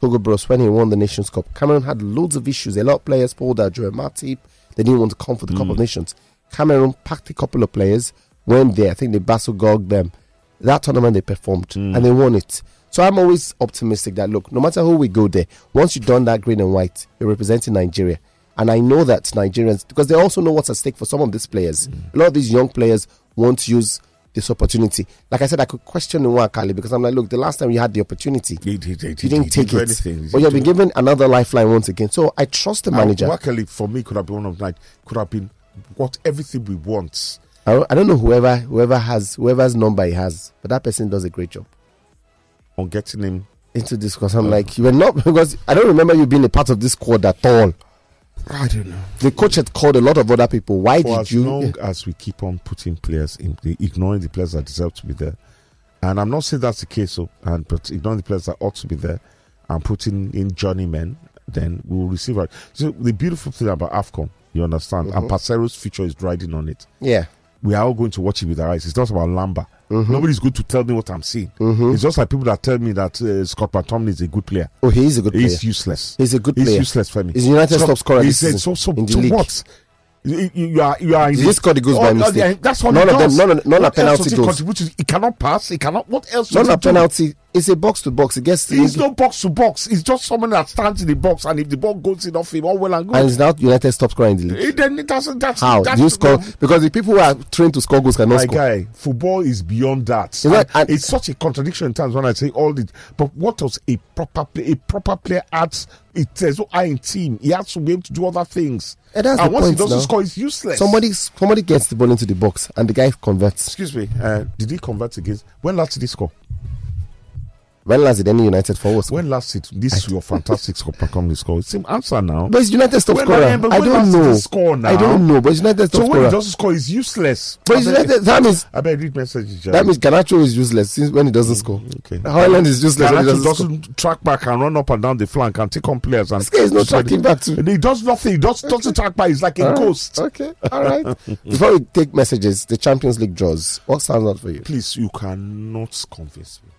D: Hugo Bros, when he won the Nations Cup, Cameroon had loads of issues. A lot of players pulled out Joel Matip. They didn't want to come for the Cup of Nations. Cameroon packed a couple of players, went there. I think they basogog them. That tournament they performed and they won it. So I'm always optimistic that look, no matter who we go there, once you've done that green and white, you're representing Nigeria. And I know that Nigerians, because they also know what's at stake for some of these players. A lot of these young players want to use this opportunity. Like I said, I could question Nwakali because I'm like, look, the last time you had the opportunity,
C: He- he- he-
D: you
C: he
D: didn't take
C: do
D: it.
C: anything. He
D: But
C: didn't
D: you've been
C: do-
D: given another lifeline once again. So I trust the manager.
C: And luckily for me, could have been one of night. Could have been what everything we want.
D: I don't, I don't know whoever whoever has whoever's number he has, but that person does a great job.
C: On getting him,
D: Into this because
C: Oh.
D: I'm like, you were not because I don't remember you being a part of this squad at all.
C: I don't know.
D: The coach had called a lot of other people. Why
C: For
D: did
C: as
D: you?
C: long as we keep on putting players in, ignoring the players that deserve to be there, and I'm not saying that's the case, so, and but ignoring the players that ought to be there, and putting in journeymen, then we will receive. Our, so the beautiful thing about Afcon, you understand, and Parcero's future is riding on it.
D: Yeah,
C: we are all going to watch it with our eyes. It's not about Lamba. Nobody's going to tell me what I'm seeing. It's just like people that tell me that uh, Scott McTominay is a good player.
D: oh, he is a good player.
C: He's useless.
D: He's a good
C: He's
D: player.
C: useless for me.
D: He's United's top scorer
C: He
D: this
C: said, so,
D: season
C: so,
D: in the
C: so
D: league.
C: what? You, you- you are, you are. in
D: He just scored the goals by
C: Oh, no,
D: mistake.
C: yeah, That's what
D: None
C: he
D: of them-
C: does.
D: none of- none are
C: What else
D: penalty
C: does he
D: goals.
C: contribute to? He cannot pass. He cannot. What else? does
D: Not
C: he
D: a
C: do?
D: penalty. It's a box to box. It gets to
C: He's no box to box. He's just someone that stands in the box, and if the ball goes in off him, all well and good.
D: and it's now United's top scorer in the league.
C: It- then it doesn't. That's
D: How
C: That's
D: do you
C: the-
D: score? Because the people who are trained to score goals cannot
C: my
D: score.
C: guy, football is beyond that.
D: Is that-
C: And
D: and-
C: it's such a contradiction in terms when I say all this. But what does a proper play, a proper player adds? It says oh, I in team. He has to be able to do other things.
D: And that's the
C: once he
D: point
C: doesn't
D: now.
C: score, it's useless.
D: Somebody somebody gets the ball into the box and the guy converts.
C: excuse me, uh, did he convert against? When last did he score?
D: When last did any United forward score?
C: When last did this your fantastic score come to score? It's same answer now.
D: But it's United's top
C: When-
D: scorer.
C: yeah, but
D: I
C: when
D: don't
C: last did he
D: know.
C: score now?
D: I don't know. But it's United's top
C: so when
D: scorer.
C: he doesn't score, it's useless. I
D: but it's
C: beg-
D: United, that means
C: I better read messages. Jerry.
D: that means Ganacho is useless since when he doesn't score.
C: Okay.
D: Haaland is useless. when he
C: Garnacho
D: doesn't score.
C: doesn't track back and run up and down the flank and take on players. And
D: This guy is not tracking back to-
C: He does nothing. He does, doesn't track back. He's like a
D: All right.
C: ghost.
D: Okay, all right. Before we take messages, the Champions League draws. What stands out for you?
C: Please, you cannot convince me.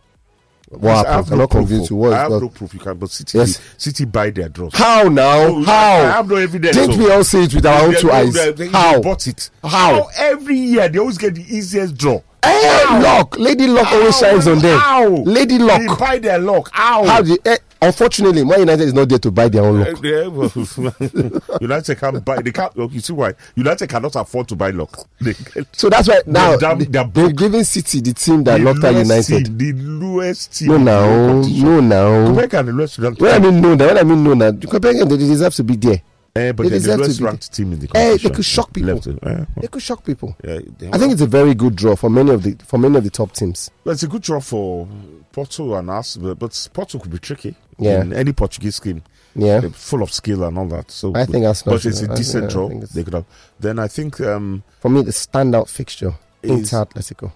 C: Please,
D: What
C: I have
D: happened?
C: no
D: Cannot
C: proof
D: convince
C: of-
D: you. What
C: I
D: is
C: have
D: not-
C: no proof. You can, but City,
D: Yes.
C: City buy their draws.
D: How now?
C: No,
D: How?
C: I have no evidence.
D: Didn't
C: so-
D: we all see it with our own two
C: They-
D: eyes?
C: they- they-
D: How?
C: They bought it.
D: How?
C: Every year they always get the easiest draw.
D: Hey,
C: How?
D: luck. Lady luck always
C: How?
D: shines on them.
C: How?
D: Lady
C: They
D: luck.
C: buy their luck. How?
D: How the, eh, unfortunately, Man United is not there to buy their own luck.
C: Yeah, Eh, well, United can't buy. They can't. You see why? United cannot afford to buy luck. They,
D: So that's why now
C: damn-
D: they,
C: they're
D: they're
C: broke.
D: giving City the team that
C: the
D: locked out
C: lowest
D: United.
C: Team, the lowest team.
D: No,
C: in the
D: now,
C: competition.
D: no, now.
C: Where can the lowest ranked?
D: When I mean no, now, when I mean no, now, Copenhagen they deserve to be there.
C: Eh, but
D: they
C: they're the
D: deserve to
C: lowest
D: be
C: ranked team in the
D: Eh, they
C: competition.
D: could shock people.
C: Left it. Eh,
D: They could shock people.
C: yeah, they-
D: I think it's a very good draw for many of the for many of the top teams.
C: Well, it's a good draw for Porto and us, but, but Porto could be tricky.
D: Yeah.
C: In any Portuguese team,
D: Yeah.
C: They're full of skill and all that. So
D: I think Arsenal
C: But it's
D: should-
C: a
D: I-
C: decent
D: yeah, I
C: draw.
D: think it's-
C: They could have. Then I think. um
D: For me, the standout fixture
C: Is-
D: Inter Atletico.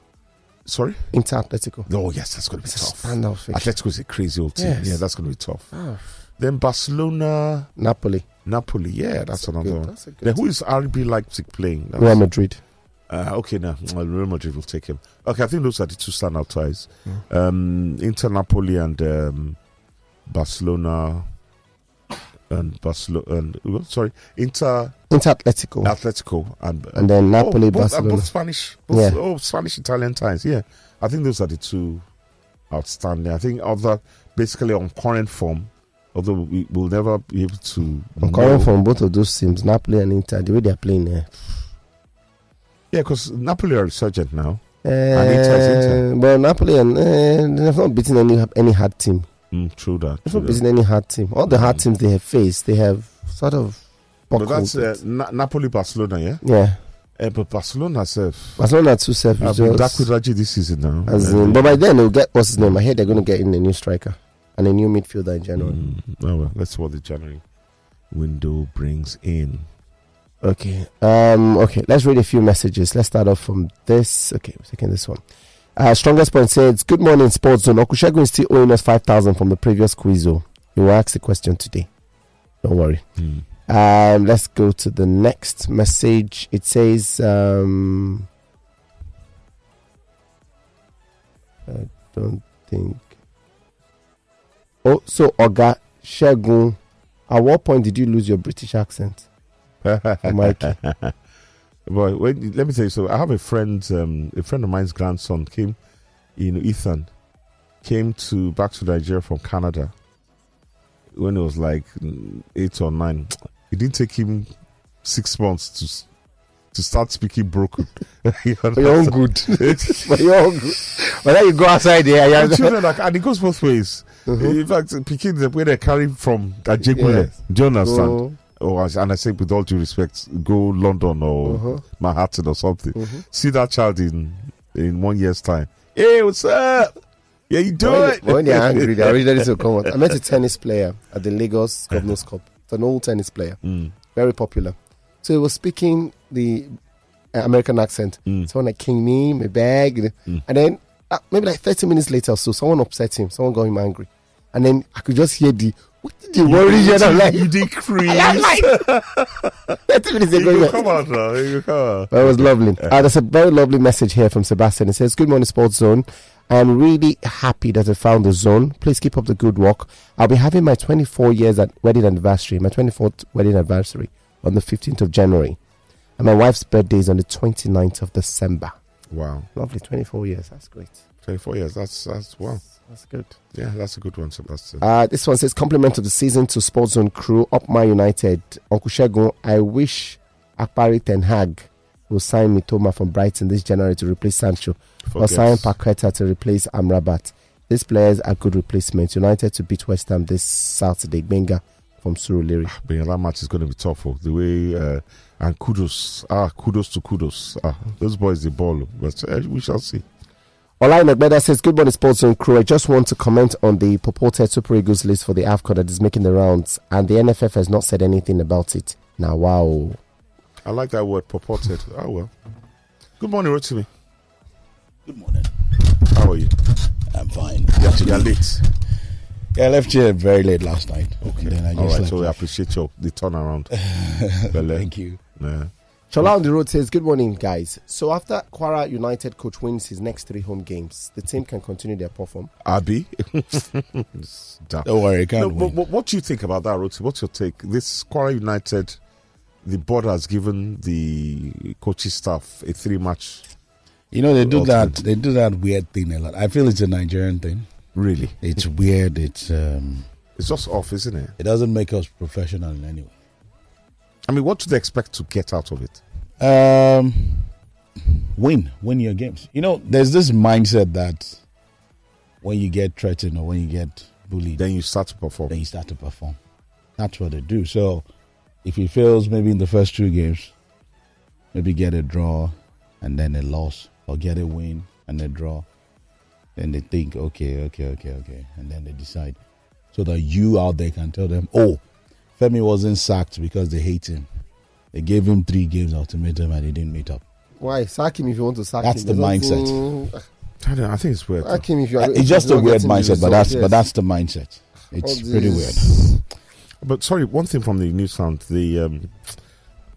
C: Sorry.
D: Inter Atletico.
C: Oh yes, that's going to be
D: It's a
C: tough.
D: standout fixture.
C: Atletico is a crazy old team.
D: Yes.
C: Yeah, that's going to be tough. Then Barcelona,
D: Napoli.
C: Napoli. Yeah, that's,
D: a
C: another
D: good-
C: one.
D: that's a good
C: then who is RB Leipzig playing? That's-
D: Real Madrid.
C: uh, okay, now Real Madrid will take him. Okay, I think those are the two standout ties. Um, Inter Napoli and um, Barcelona and Barcelona and oh, sorry, Inter
D: Inter Atletico.
C: Atletico and
D: and then Napoli,
C: oh, both, uh,
D: Barcelona.
C: both Spanish, both,
D: Yeah.
C: oh Spanish Italian ties. Yeah, I think those are the two outstanding. I think other basically on current form, although we will never be able to
D: I'm calling
C: know-
D: from both of those teams, Napoli and Inter, the way they are playing eh. here.
C: Yeah, because Napoli are resurgent now. Inter is
D: Uh,
C: Inter.
D: well, Napoli and uh, they've not beaten any any hard team.
C: Mm, true that.
D: They've
C: true
D: not
C: that.
D: beaten any hard team. All the hard teams they have faced, they have sort of
C: But
D: buckled.
C: that's uh,
D: it.
C: Na- Napoli, Barcelona, yeah.
D: yeah.
C: Eh, but Barcelona Ah, self.
D: Barcelona two self
C: I've
D: is
C: been
D: just
C: back with Raji this season now.
D: as
C: Eh,
D: in, but by then they'll get what's his name. I hear they're going to get in a new striker and a new midfielder in January.
C: mm, oh well, let's see what the January window brings in.
D: Okay. Um, okay, let's read a few messages. Let's start off from this. Okay, we're taking this one. Uh, strongest point says, Good morning, Sports Zone. Okushego is still owing us 5,000 from the previous quiz. oh. You will ask the question today. Don't worry.
C: Mm.
D: Um, let's go to the next message. It says, um, I don't think. Oh, so Oga Shagun, at what point did you lose your British accent? Mike.
C: But when, let me tell you, so I have a friend, um, a friend of mine's grandson came, you know, Ethan, came to back to Nigeria from Canada when it was like mm, eight or nine. It didn't take him six months to s- to start speaking broken. You
D: For your own
C: understand?
D: good. For your own good. But then you go outside there,
C: And
D: yeah,
C: children are- and it goes both ways. In fact, picking the way they carry from Ajegule,
D: Mm-hmm. Yes.
C: do you understand?
D: Go-
C: Or as- and I say with all due respect, go London or
D: Uh-huh. Mm-hmm.
C: Manhattan or something. See that child in in one year's time. Hey, what's up? Yeah, you do
D: when,
C: it.
D: when they're angry, they're already ready to come out. I met a tennis player at the Lagos Governors Cup. It's an old tennis player,
C: Mm,
D: very popular. So he was speaking the uh, American accent.
C: Mm.
D: Someone like King Me, my bag. you know. And then uh, maybe like 30 minutes later or so, someone upset him. Someone got him angry. And then I could just hear the, what did you worry? you?" And I'm like,
C: you decrease.
D: I'm like 30 minutes
C: You
D: ago.
C: go,
D: yeah.
C: come on now. You go, come on.
D: That was lovely. Uh, there's a very lovely message here from Sebastian. It says, Good morning, Sports Zone. I am really happy that I found the zone. Please keep up the good work. I'll be having my 24 years at wedding anniversary, my 24th wedding anniversary on the 15th of January. And my wife's birthday is on the 29th of December.
C: Wow,
D: Lovely, 24 years. That's great.
C: twenty-four years. That's that's wow.
D: That's good.
C: Yeah, that's a good one, Sebastian.
D: Uh, this one says, Compliment of the season to Sports Zone crew, Up My United. Uncle Shegun, I wish Akpari Ten Hag will sign Mitoma from Brighton this January to replace Sancho. or
C: Forget.
D: sign Paqueta to replace Amrabat. These players are good replacements. United to beat West Ham this Saturday. Benga from Surulere.
C: But yeah, that match is going to be tough. Oh. The way uh, and kudos, ah, kudos to kudos. Ah, those boys the ball, oh. but uh, we shall see.
D: Olaine Ogbeda says, Good morning, Sports Zone crew. I just want to comment on the purported Super Eagles list for the AFCON that is making the rounds, and the NFF has not said anything about it. Now, wow.
C: I like that word purported. Oh well. Good morning, Rotimi.
B: Good morning.
C: How are you?
B: I'm fine.
C: You're, you're late.
B: Yeah, I left here very late last night. Okay. And then I just
C: All right,
B: left.
C: so we appreciate your the turnaround. Bele. uh,
B: Thank you.
C: Nah.
D: Shola on the road says, Good morning, guys. So, after Quara United coach wins his next three home games, the team can continue their perform.
C: Abby. It's down.
B: Don't worry, I can't
C: No,
B: win.
C: but, what do you think about that, Rotimi? What's your take? This Quara United, the board has given the coaching staff a three match.
B: You know they do that.
C: Ultimate.
B: They do that weird thing a lot. I feel it's a Nigerian thing.
C: Really?
B: It's weird. It's um,
C: It's just off, isn't it?
B: it doesn't make us professional in any way.
C: I mean, what do they expect to get out of it?
B: Um, win, win your games. You know, there's this mindset that when you get threatened or when you get bullied,
C: Then you start to perform.
B: then you start to perform. That's what they do. So if he fails maybe in the first two games, maybe get a draw and then a loss, or get a win and a draw, then they think, okay, okay, okay, okay. And then they decide. So that you out there can tell them, oh, Femi wasn't sacked because they hate him. They gave him three games ultimatum and he didn't meet up.
D: Why? Sack him if you want to sack
B: That's
D: him.
B: the
D: There's nothing-
C: I, don't know, I think it's weird. though.
D: Sack him if you
B: Uh,
D: are- if
B: It's just a
D: you're not
B: weird
D: getting the
B: mindset, but
D: result,
B: that's but
D: yes.
B: that's the mindset. It's
D: All
B: pretty weird.
D: these-
C: But sorry, one thing from the new sound, the um,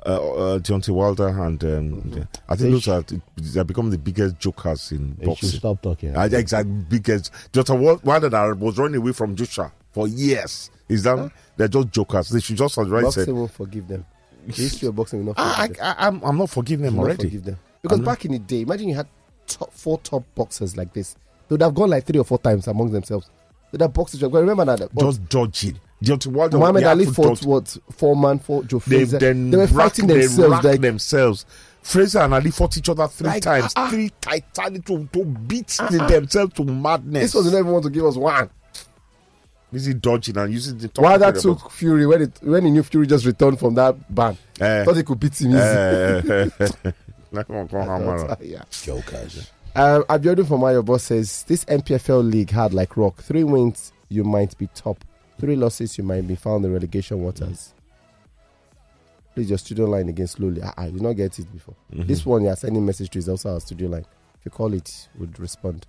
C: uh, uh, Deontay Wilder and um, yeah, I think
B: They
C: those are they have become the biggest jokers in
B: They should
C: boxing.
B: stop talking.
C: I, exactly, biggest Deontay Wil- Wilder that was running away from Joshua for years. Is that they're just jokers? They should just right
D: boxing
C: said,
D: won't forgive them. The history of boxing
B: Ah,
D: will not
C: I,
D: forgive them.
C: I, I'm, I'm not forgiving them
D: Will not
C: already.
D: forgive them. Because
C: I'm not-
D: back in the day, imagine you had top, four top boxers like this. They would have gone like three or four times among themselves. They would have boxed each other. Remember that? what?
C: Just dodging. Deontay Wilder,
D: Mohammed
C: they had
D: Ali
C: to
D: fought
C: dodge.
D: what four man, four Joe
C: They
D: Frazier.
C: then
D: They were
C: racked-
D: fighting
C: they
D: themselves.
C: racked
D: Like,
C: themselves. Fraser and Ali fought each other three
D: Like,
C: times,
D: ah, ah.
C: three titanic to, to beat themselves to madness.
D: this was the everyone to give us one.
C: using dodging and using the top.
D: Wilder took Fury when it when he knew Fury just returned from that ban.
C: Eh.
D: Thought he could beat him easy.
C: Uh, Hamara.
D: uh, yeah.
E: Jokers.
D: Um, Abiodun from Ayobo says this MPFL league hard like rock. Three wins, you might be top. Three losses, you might be found in relegation waters. Please your studio line again slowly. Ah, ah, you not get it before. This one you are sending message to is also our studio line. If you call it, would respond.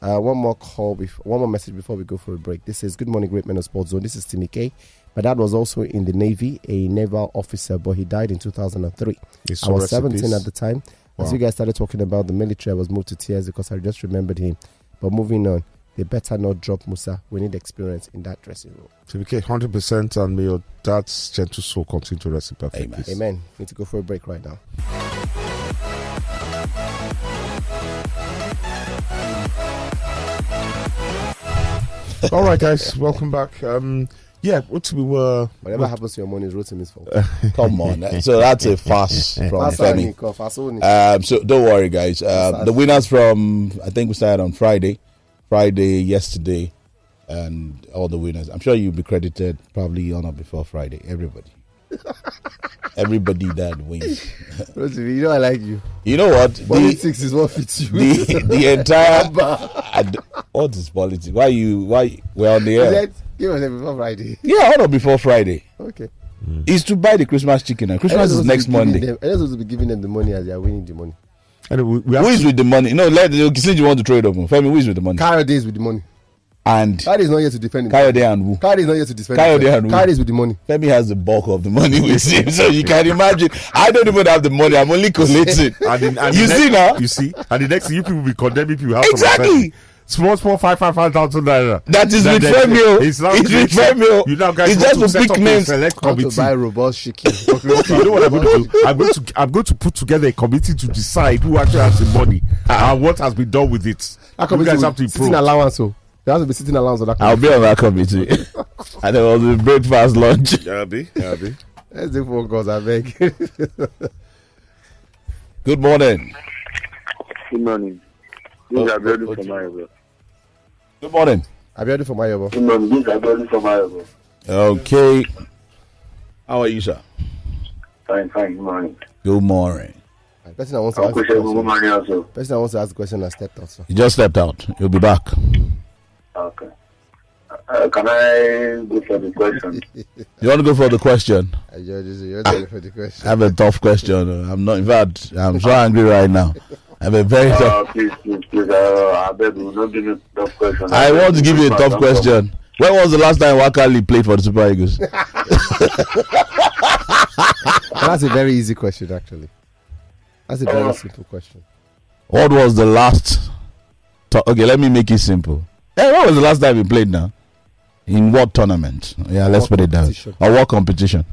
D: Uh, one more call, before, one more message before we go for a break. This is Good Morning Great Men of Sports Zone. This is Timmy K. My dad was also in the Navy, a naval officer, but he died in 2003.
C: It's
D: I was
C: so recipes.
D: 17 at the time. As
C: Wow.
D: you guys started talking about the military, I was moved to tears because I just remembered him. But moving on, they better not drop Musa. We need experience in that dressing room.
C: TBK, 100% and may your dad's gentle soul continue to rest in perfect
E: Amen.
C: peace.
D: Amen. Need to go for a break right now.
C: All right, guys, welcome back. Um, yeah, what we were.
D: Whatever happens to your money is Rotem's fault.
E: Come on. eh? So that's a fast from
D: That's how
E: Femi.
D: it go. That's how it go.
E: Um, so don't worry, guys. Uh, the winners from I think we started on Friday, Friday yesterday, and all the winners. I'm sure you'll be credited probably on or before Friday. Everybody, everybody that wins.
D: Rotem, you know I like you.
E: You know what? The,
D: Politics is what fits you.
E: the, the entire ad- what is politics? Why you why we're on the
D: Is
E: air?
D: that- Give us a before Friday.
E: Yeah, on or before Friday
D: Okay.
E: is to buy the Christmas chicken.
D: I
E: And
D: just
E: Christmas is
D: want to
E: next
D: be giving
E: Monday.
D: Them, I just want to be giving them the money as they are winning the money.
C: Anyway, we- we
E: Who
C: have
E: is with the money? No, let since you want to trade up, Femi, who is with the money?
D: Carry days with the money.
E: And
D: Carry is not here to defend him.
E: Kayode and Wu.
D: Carry is not here to defend
E: Kayode
D: himself.
E: and who?
D: Carry is with the money.
E: Femi has the bulk of the money with him, so you can imagine. I don't even have the money. I'm only collating.
C: and the- and
E: You
C: the
E: see
C: next-
E: now?
C: You see, and the next thing you people will be condemning people. How
E: Exactly.
C: Small, small, five, five, five thousand naira.
E: That is with
C: then-
E: Femi, oh.
C: It's, now
E: It's with Femi, oh.
C: You now guys
E: It's
C: want
E: just to
C: set
E: pick
C: up a
E: names.
C: Select
D: How to
C: committee.
D: buy robust chicken.
C: Okay, you know what I'm going to do? I'm going to I'm going to put together a committee to decide who actually has the money
E: Ah.
C: and what has been done with it.
D: That
C: You
D: committee
C: guys
D: will-
C: have to
D: sitting
C: improve.
D: allowance, so there has to be sitting allowance on that.
E: I'll be on that committee. and then I'll do breakfast, lunch.
C: Yeah, be, yeah, be.
D: Let's do phone calls, I beg.
E: Good morning.
F: Good morning. This is
E: Oh,
F: Abiodun
E: oh,
F: from
E: Jim.
F: Ayobo.
E: Good morning.
D: I'll be ready for my yobo.
F: Good morning. This is Abiodun from Ayobo.
E: Okay. How are you, sir?
F: Fine, fine. Good morning.
E: Good morning.
D: Person that wants to ask
F: Uncle
D: a
F: Shebu, good
D: question.
F: morning also.
D: Person that wants to ask a question has stepped out. So.
E: You just stepped out. You'll be back.
F: Okay. Uh, can I go for the question?
E: You want to go for the question?
D: I judge you, so you're ready for the
E: I
D: question.
E: Ah. have a tough question. I'm not. In fact, I'm so angry right now. I have a very tough.
F: Uh, please, please, please. Uh, I beg you, don't give me tough question.
E: I want to give you a tough question. When was the last time Wakali played for the Super Eagles?
D: That's a very easy question, actually. That's a very simple question.
E: What was the last? tou- okay, let me make it simple. Hey, what was the last time you played now? In what tournament? Yeah, let's
D: What
E: put it down.
D: competition?
E: Or what competition?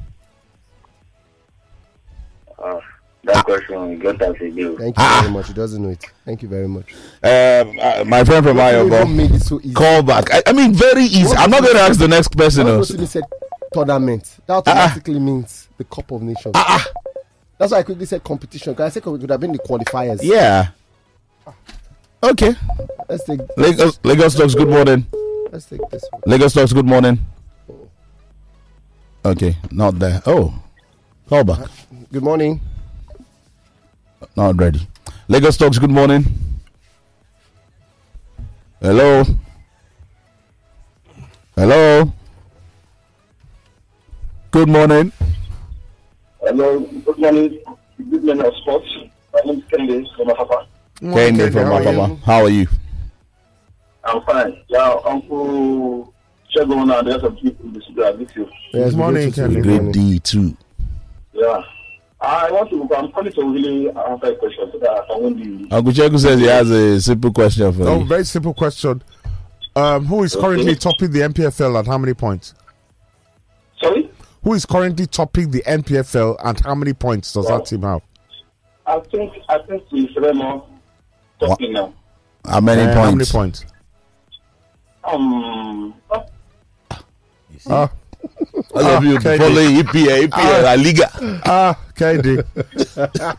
F: Uh, that question, get us a deal.
D: Thank you very much. He doesn't know it. Thank you very much.
E: Um, uh, my friend from
D: You don't
E: Ayobo.
D: make it so easy.
E: Call back. I, I mean, very easy. I'm not going to ask the next person.
D: When
E: oh.
D: Rotimi said tournament,
C: Ah,
D: that automatically means the Cup of Nations.
E: ah,
D: That's why I quickly said competition. Because I said it could have been the qualifiers.
E: Yeah. Okay.
D: Let's take,
E: Lagos, Lagos Talks, good morning.
D: let's take this one.
E: Lagos Talks, good morning. Okay, not there. Oh, call back.
D: Good morning.
E: Not ready. Lagos Talks, good morning. Hello. Hello. Good morning.
F: Hello. Good morning. Good morning, of sports. My name is Kende from Ahapa.
E: Kenny from
C: how are
E: Ababa.
C: you?
E: How are you?
F: I'm fine. Yeah, Uncle Shebu and the rest of the people in the studio, I miss you.
D: Yes, we
C: morning,
D: go to-
C: Kenny.
D: good
E: Grade
D: morning.
E: D two.
F: Yeah. I want to, I'm calling to really answer a question so that I can win
E: Uncle Cheku says he has a simple question for
C: Oh,
E: you.
C: very simple question. Um, who is currently topping the MPFL and how many points?
F: the. Sorry?
C: Who is currently topping the MPFL and how many points does that team have?
F: I think, I think it's Remo talking now.
E: How many
C: Uh,
E: points?
C: How many points?
F: Um, oh,
C: Ah,
E: All of you
C: Kenny.
E: following EPA, EPA, La Liga.
C: ah, Kennedy.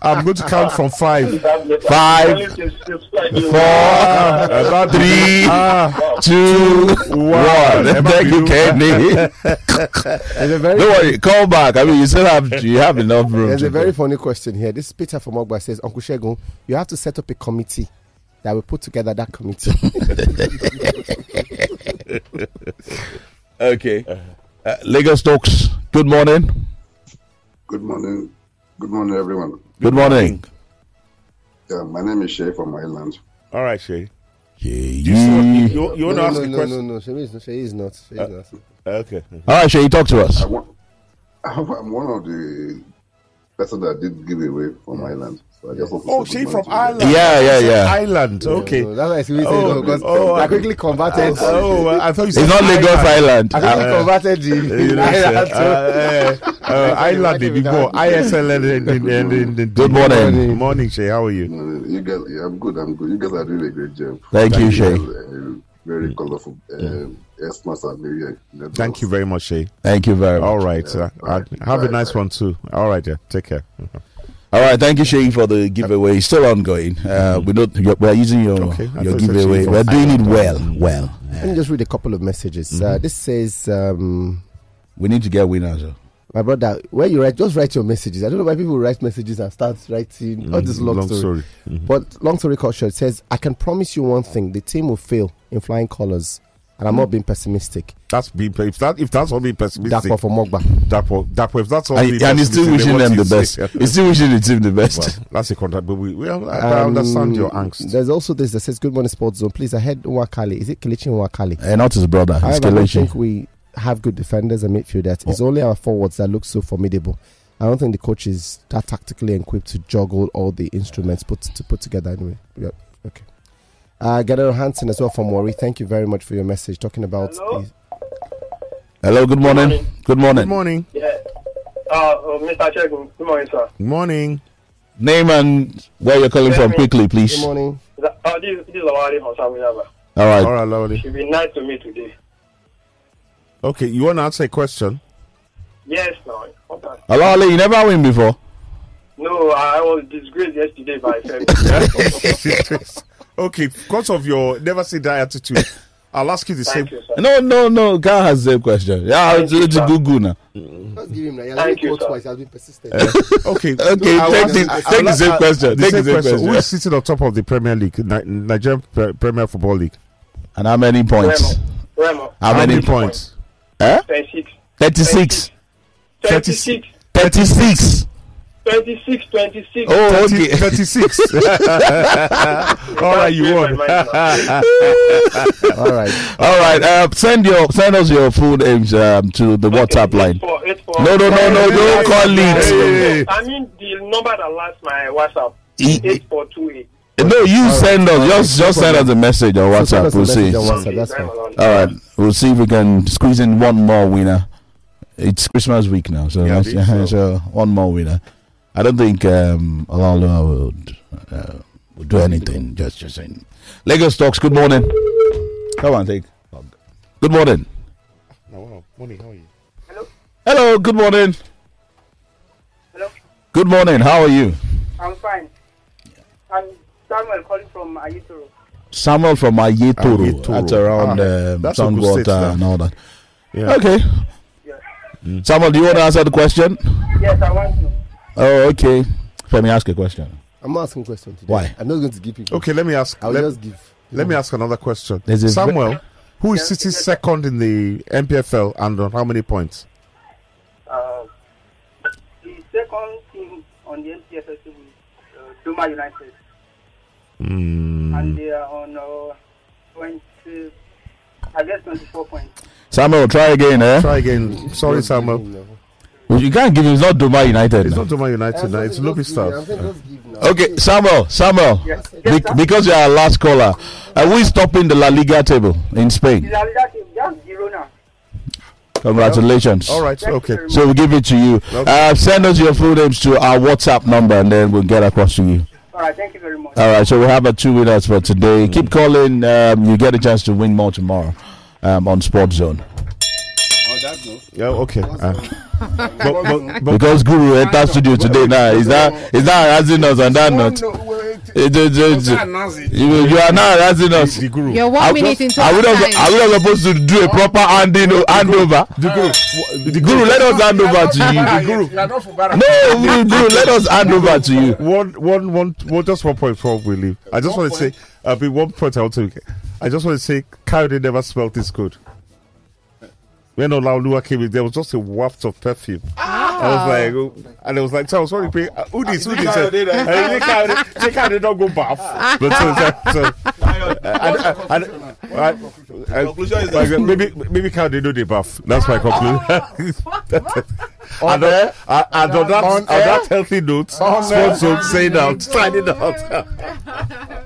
C: I'm going to count from five.
F: that's it.
E: Five,
F: Only since- since Friday.
E: Four,
C: Ah, about
E: three,
C: Ah,
E: two, one.
C: Emma
E: Thank you,
C: Bidu.
E: Kenny.
D: There's a very,
E: Don't worry, call back. I mean, you still have you have enough room.
D: there's
E: to
D: a very
E: go.
D: funny question here. This Peter from Ogba says, Uncle Shegun, you have to set up a committee that will put together that committee.
E: Okay. Uh, Lagos Stokes, good morning.
G: Good morning. Good morning, everyone.
E: Good morning.
G: Yeah, my name is Shay from Ireland.
C: All right, Shay. Mm.
E: Yeah.
C: You, you
D: no,
C: want to
D: no,
C: ask
D: no,
C: a
D: no, no,
C: question? Uh,
D: no, she is not. She is not. She is not.
C: Okay.
E: All right, Shay, talk to us.
G: I want, I'm one of the person that did give away from Ireland. So I just want to
C: Oh,
G: say
C: Shay
G: good
C: from
G: morning
C: Ireland.
E: Yeah, yeah, yeah.
C: Ireland. Okay.
D: No, that's why she said
C: Oh,
D: no, because
C: oh,
D: I
C: I-
D: quickly converted.
C: Oh, I thought you said
E: It's not Lagos Island.
D: I quickly converted the.
C: You know,
D: Ireland
C: Ireland, uh,
D: to-
C: uh, uh, Ireland
D: imagine
C: before
D: without-
C: ISL. and- and- and- and- and-
E: Good morning.
C: Good morning, Shay. How are you?
G: to You, you guys, yeah, I'm good. I'm good. You guys are doing a great job.
E: Thank you, Shay.
G: Uh, very colorful. Uh, yes, Master. Maybe I-
C: Thank you very much, Shay.
E: Thank you very much.
C: All right. Uh, uh, have a nice one too. All right. Yeah. Take care.
E: All right, thank you, Shay, for the giveaway. It's still ongoing. Uh, we don't. you're- We're using your
C: Mm-hmm. Okay, I
E: your
C: thought you said
E: giveaway.
C: Shay for
E: We're doing it well. Well,
D: Let me just read a couple of messages.
C: Mm-hmm.
D: Uh, this says, um,
E: we need to get winners. oh.
D: my brother, where you write, just write your messages. I don't know why people write messages and start writing all this
C: Mm-hmm.
D: long,
C: Long
D: story.
C: story.
D: But long story short, it says, I can promise you one thing: the team will fail in flying colors, and I'm not being pessimistic.
C: That's being if that if that's all being
D: That
C: pessimistic.
D: one for Mogba.
C: Dapo, Dapo, if that's all
E: And,
C: being
E: and he's still
C: pessimistic,
E: wishing
C: then
E: them the
C: what
E: best.
C: you say-
E: He's still wishing the team the
C: Well,
E: best.
C: that's the contract, but we, we, I, I understand your
D: Um,
C: angst.
D: There's also this that says, "Good morning, Sports Zone." Please, I heard Wakali. Is it Kelechi Wakali?
E: and Eh, not his brother. It's
D: However, I don't think
E: Kelechi.
D: we have good defenders and midfielders. It's
C: Oh.
D: only our forwards that look so formidable. I don't think the coach is that tactically equipped to juggle all the instruments put to put together anyway. Yep. Okay. Uh, Gadaro Hansen as well from Worry. Thank you very much for your message talking about.
F: Hello?
D: the-
E: Hello. Good morning.
F: morning.
E: Good morning.
C: Good morning.
F: Yeah. Uh, uh, Mr. Shegun, good morning, sir.
C: Morning.
E: Name and where you're calling from quickly,
D: Good
E: please. All
D: morning.
F: Uh, this, this is Lawari from Samuel.
C: All
E: right.
C: right, lovely.
F: You've been nice to me today.
C: Okay, you want to answer a question?
F: Yes, no. Okay.
E: Hello, Ali. You never win before.
F: No, I was disgraced yesterday by Femi.
C: okay, because of your never say die attitude, I'll ask you the same.
F: Thank you, sir.
E: No, no, no. Guy has the same question. Yeah, I'll
F: Thank you,
E: let you
F: sir.
E: Google now.
C: Mm.
D: Let's give him that. He has
F: Thank
D: been
F: you,
D: called
F: sir.
D: twice. He has been persistent.
C: Eh. Okay, I'll
E: Okay, take
C: ask-
E: the-
C: I'll-
E: take the
C: I'll-
E: same
C: I'll-
E: question.
C: the
E: Take the
C: same
E: Uh, same question.
C: Who is sitting on top of the Premier League, Ni- Nigerian Pre- Premier Football League?
E: And how many
F: Remo.
E: points?
F: Remo.
E: How
C: How
E: many
C: many
E: points?
C: points?
F: 26.
E: 36.
F: 26.
E: 36.
F: 26. 26.
E: Oh,
C: Thirty-
E: okay.
C: 36. All right, you won.
D: All right.
E: All right. Uh, send your send us your full names um, to the WhatsApp line. No, no, no, no. Don't call it.
C: Hey.
F: I mean, the number that lasts my WhatsApp.
E: E- e-
F: 8428.
E: No, you send us. Just just send us a message on
D: So send
E: WhatsApp.
D: us a
E: We'll see.
D: message on
E: All
D: WhatsApp. That's fine.
E: right. We'll see if we can squeeze in one more winner. It's Christmas week now, so
C: Yeah, I
E: let's-
C: think so.
E: so one more winner. I don't think um, Alalo would uh, would do anything. Just just saying. Lagos talks. Good morning. Come on, take. Good morning.
C: Morning, how are you?
E: Hello. Good morning.
H: Hello,
E: Good morning. How are you?
H: I'm fine. I'm Samuel calling from Ayutoro.
E: Samuel from Ayetoro.
C: Ayetoro.
E: That's around
C: Ah,
E: um,
C: that's Ogun
E: Songwater
C: State, yeah.
E: and all that.
C: Yeah.
E: Okay.
H: Yeah.
E: Samuel, do you want to answer the question?
H: Yes, I want to.
E: Oh, okay. Let me ask a question.
D: I'm not asking questions today.
E: Why?
D: I'm not going to give people.
C: Okay, let me ask.
D: I'll
C: let-
D: just give.
C: Let me ask another question.
E: There's a
C: Samuel, who is
H: Yeah.
C: sitting second in the MPFL and on how many points?
H: Uh, the second team on the NCFS is uh, Duma United, and they are on uh, 20, I guess 24 points.
E: Samuel, try again, eh?
C: Try again. Sorry, Samuel.
E: Well, You can't give him. It's not Dubai United.
C: It's
E: now.
C: not Duma United, now, it's Lobby
D: I'm
C: Stars.
D: saying just give now.
E: Okay, Samuel, Samuel,
H: Yes.
E: be-
H: Yes, sir.
E: because you are our last caller, are we stopping the La Liga table in
H: The
E: Spain?
H: La Liga team, that's Girona.
E: Congratulations.
C: All right,
H: Thank you
C: okay.
H: very
E: So we'll give it to you.
C: Okay.
E: Uh, send us your full names to our WhatsApp number and then we'll get across to you.
H: All right, thank you very much.
E: All right, so we have our two winners for today. Keep calling. Um, you get a chance to win more tomorrow um, on Sports Zone
C: Yeah, okay. Uh, but, but, but,
E: because Guru entered studio today. Now is that is that answering us on that note?
G: Well, no, well, it-
E: It- it- it-
I: Don't announce it.
E: you, you are now harassing us.
C: The guru.
J: You're one
E: Are we
J: minute
E: not,
J: into
E: are
J: our
E: we not,
J: time.
E: are we not supposed to do a proper handing, handover?
C: The guru.
E: The guru, let us hand
I: You are
E: over
I: not
E: to you.
I: Fubara
C: The
I: yet.
C: guru.
I: You are not Fubara.
E: No, we- guru, let us hand over to you.
C: One, one, one, one, just one point before we leave. I just want to say, I mean, one point I want to, I just want to say, Coyote never smelled this good. When Olaoluwa came in, there was just a waft of perfume. I was like, oh, and I was like, Charles, what are you paying? Uh, Who this? Who this? uh, And they Coyote- they Coyote don't go bath. But so, so, so, and, and, and,
K: Conclusion is
C: like, maybe maybe Coyote know the bath. That's my conclusion.
L: On there,
C: I, I don't that,
L: On
C: uh, on that healthy note, sponsor saying out, signing out.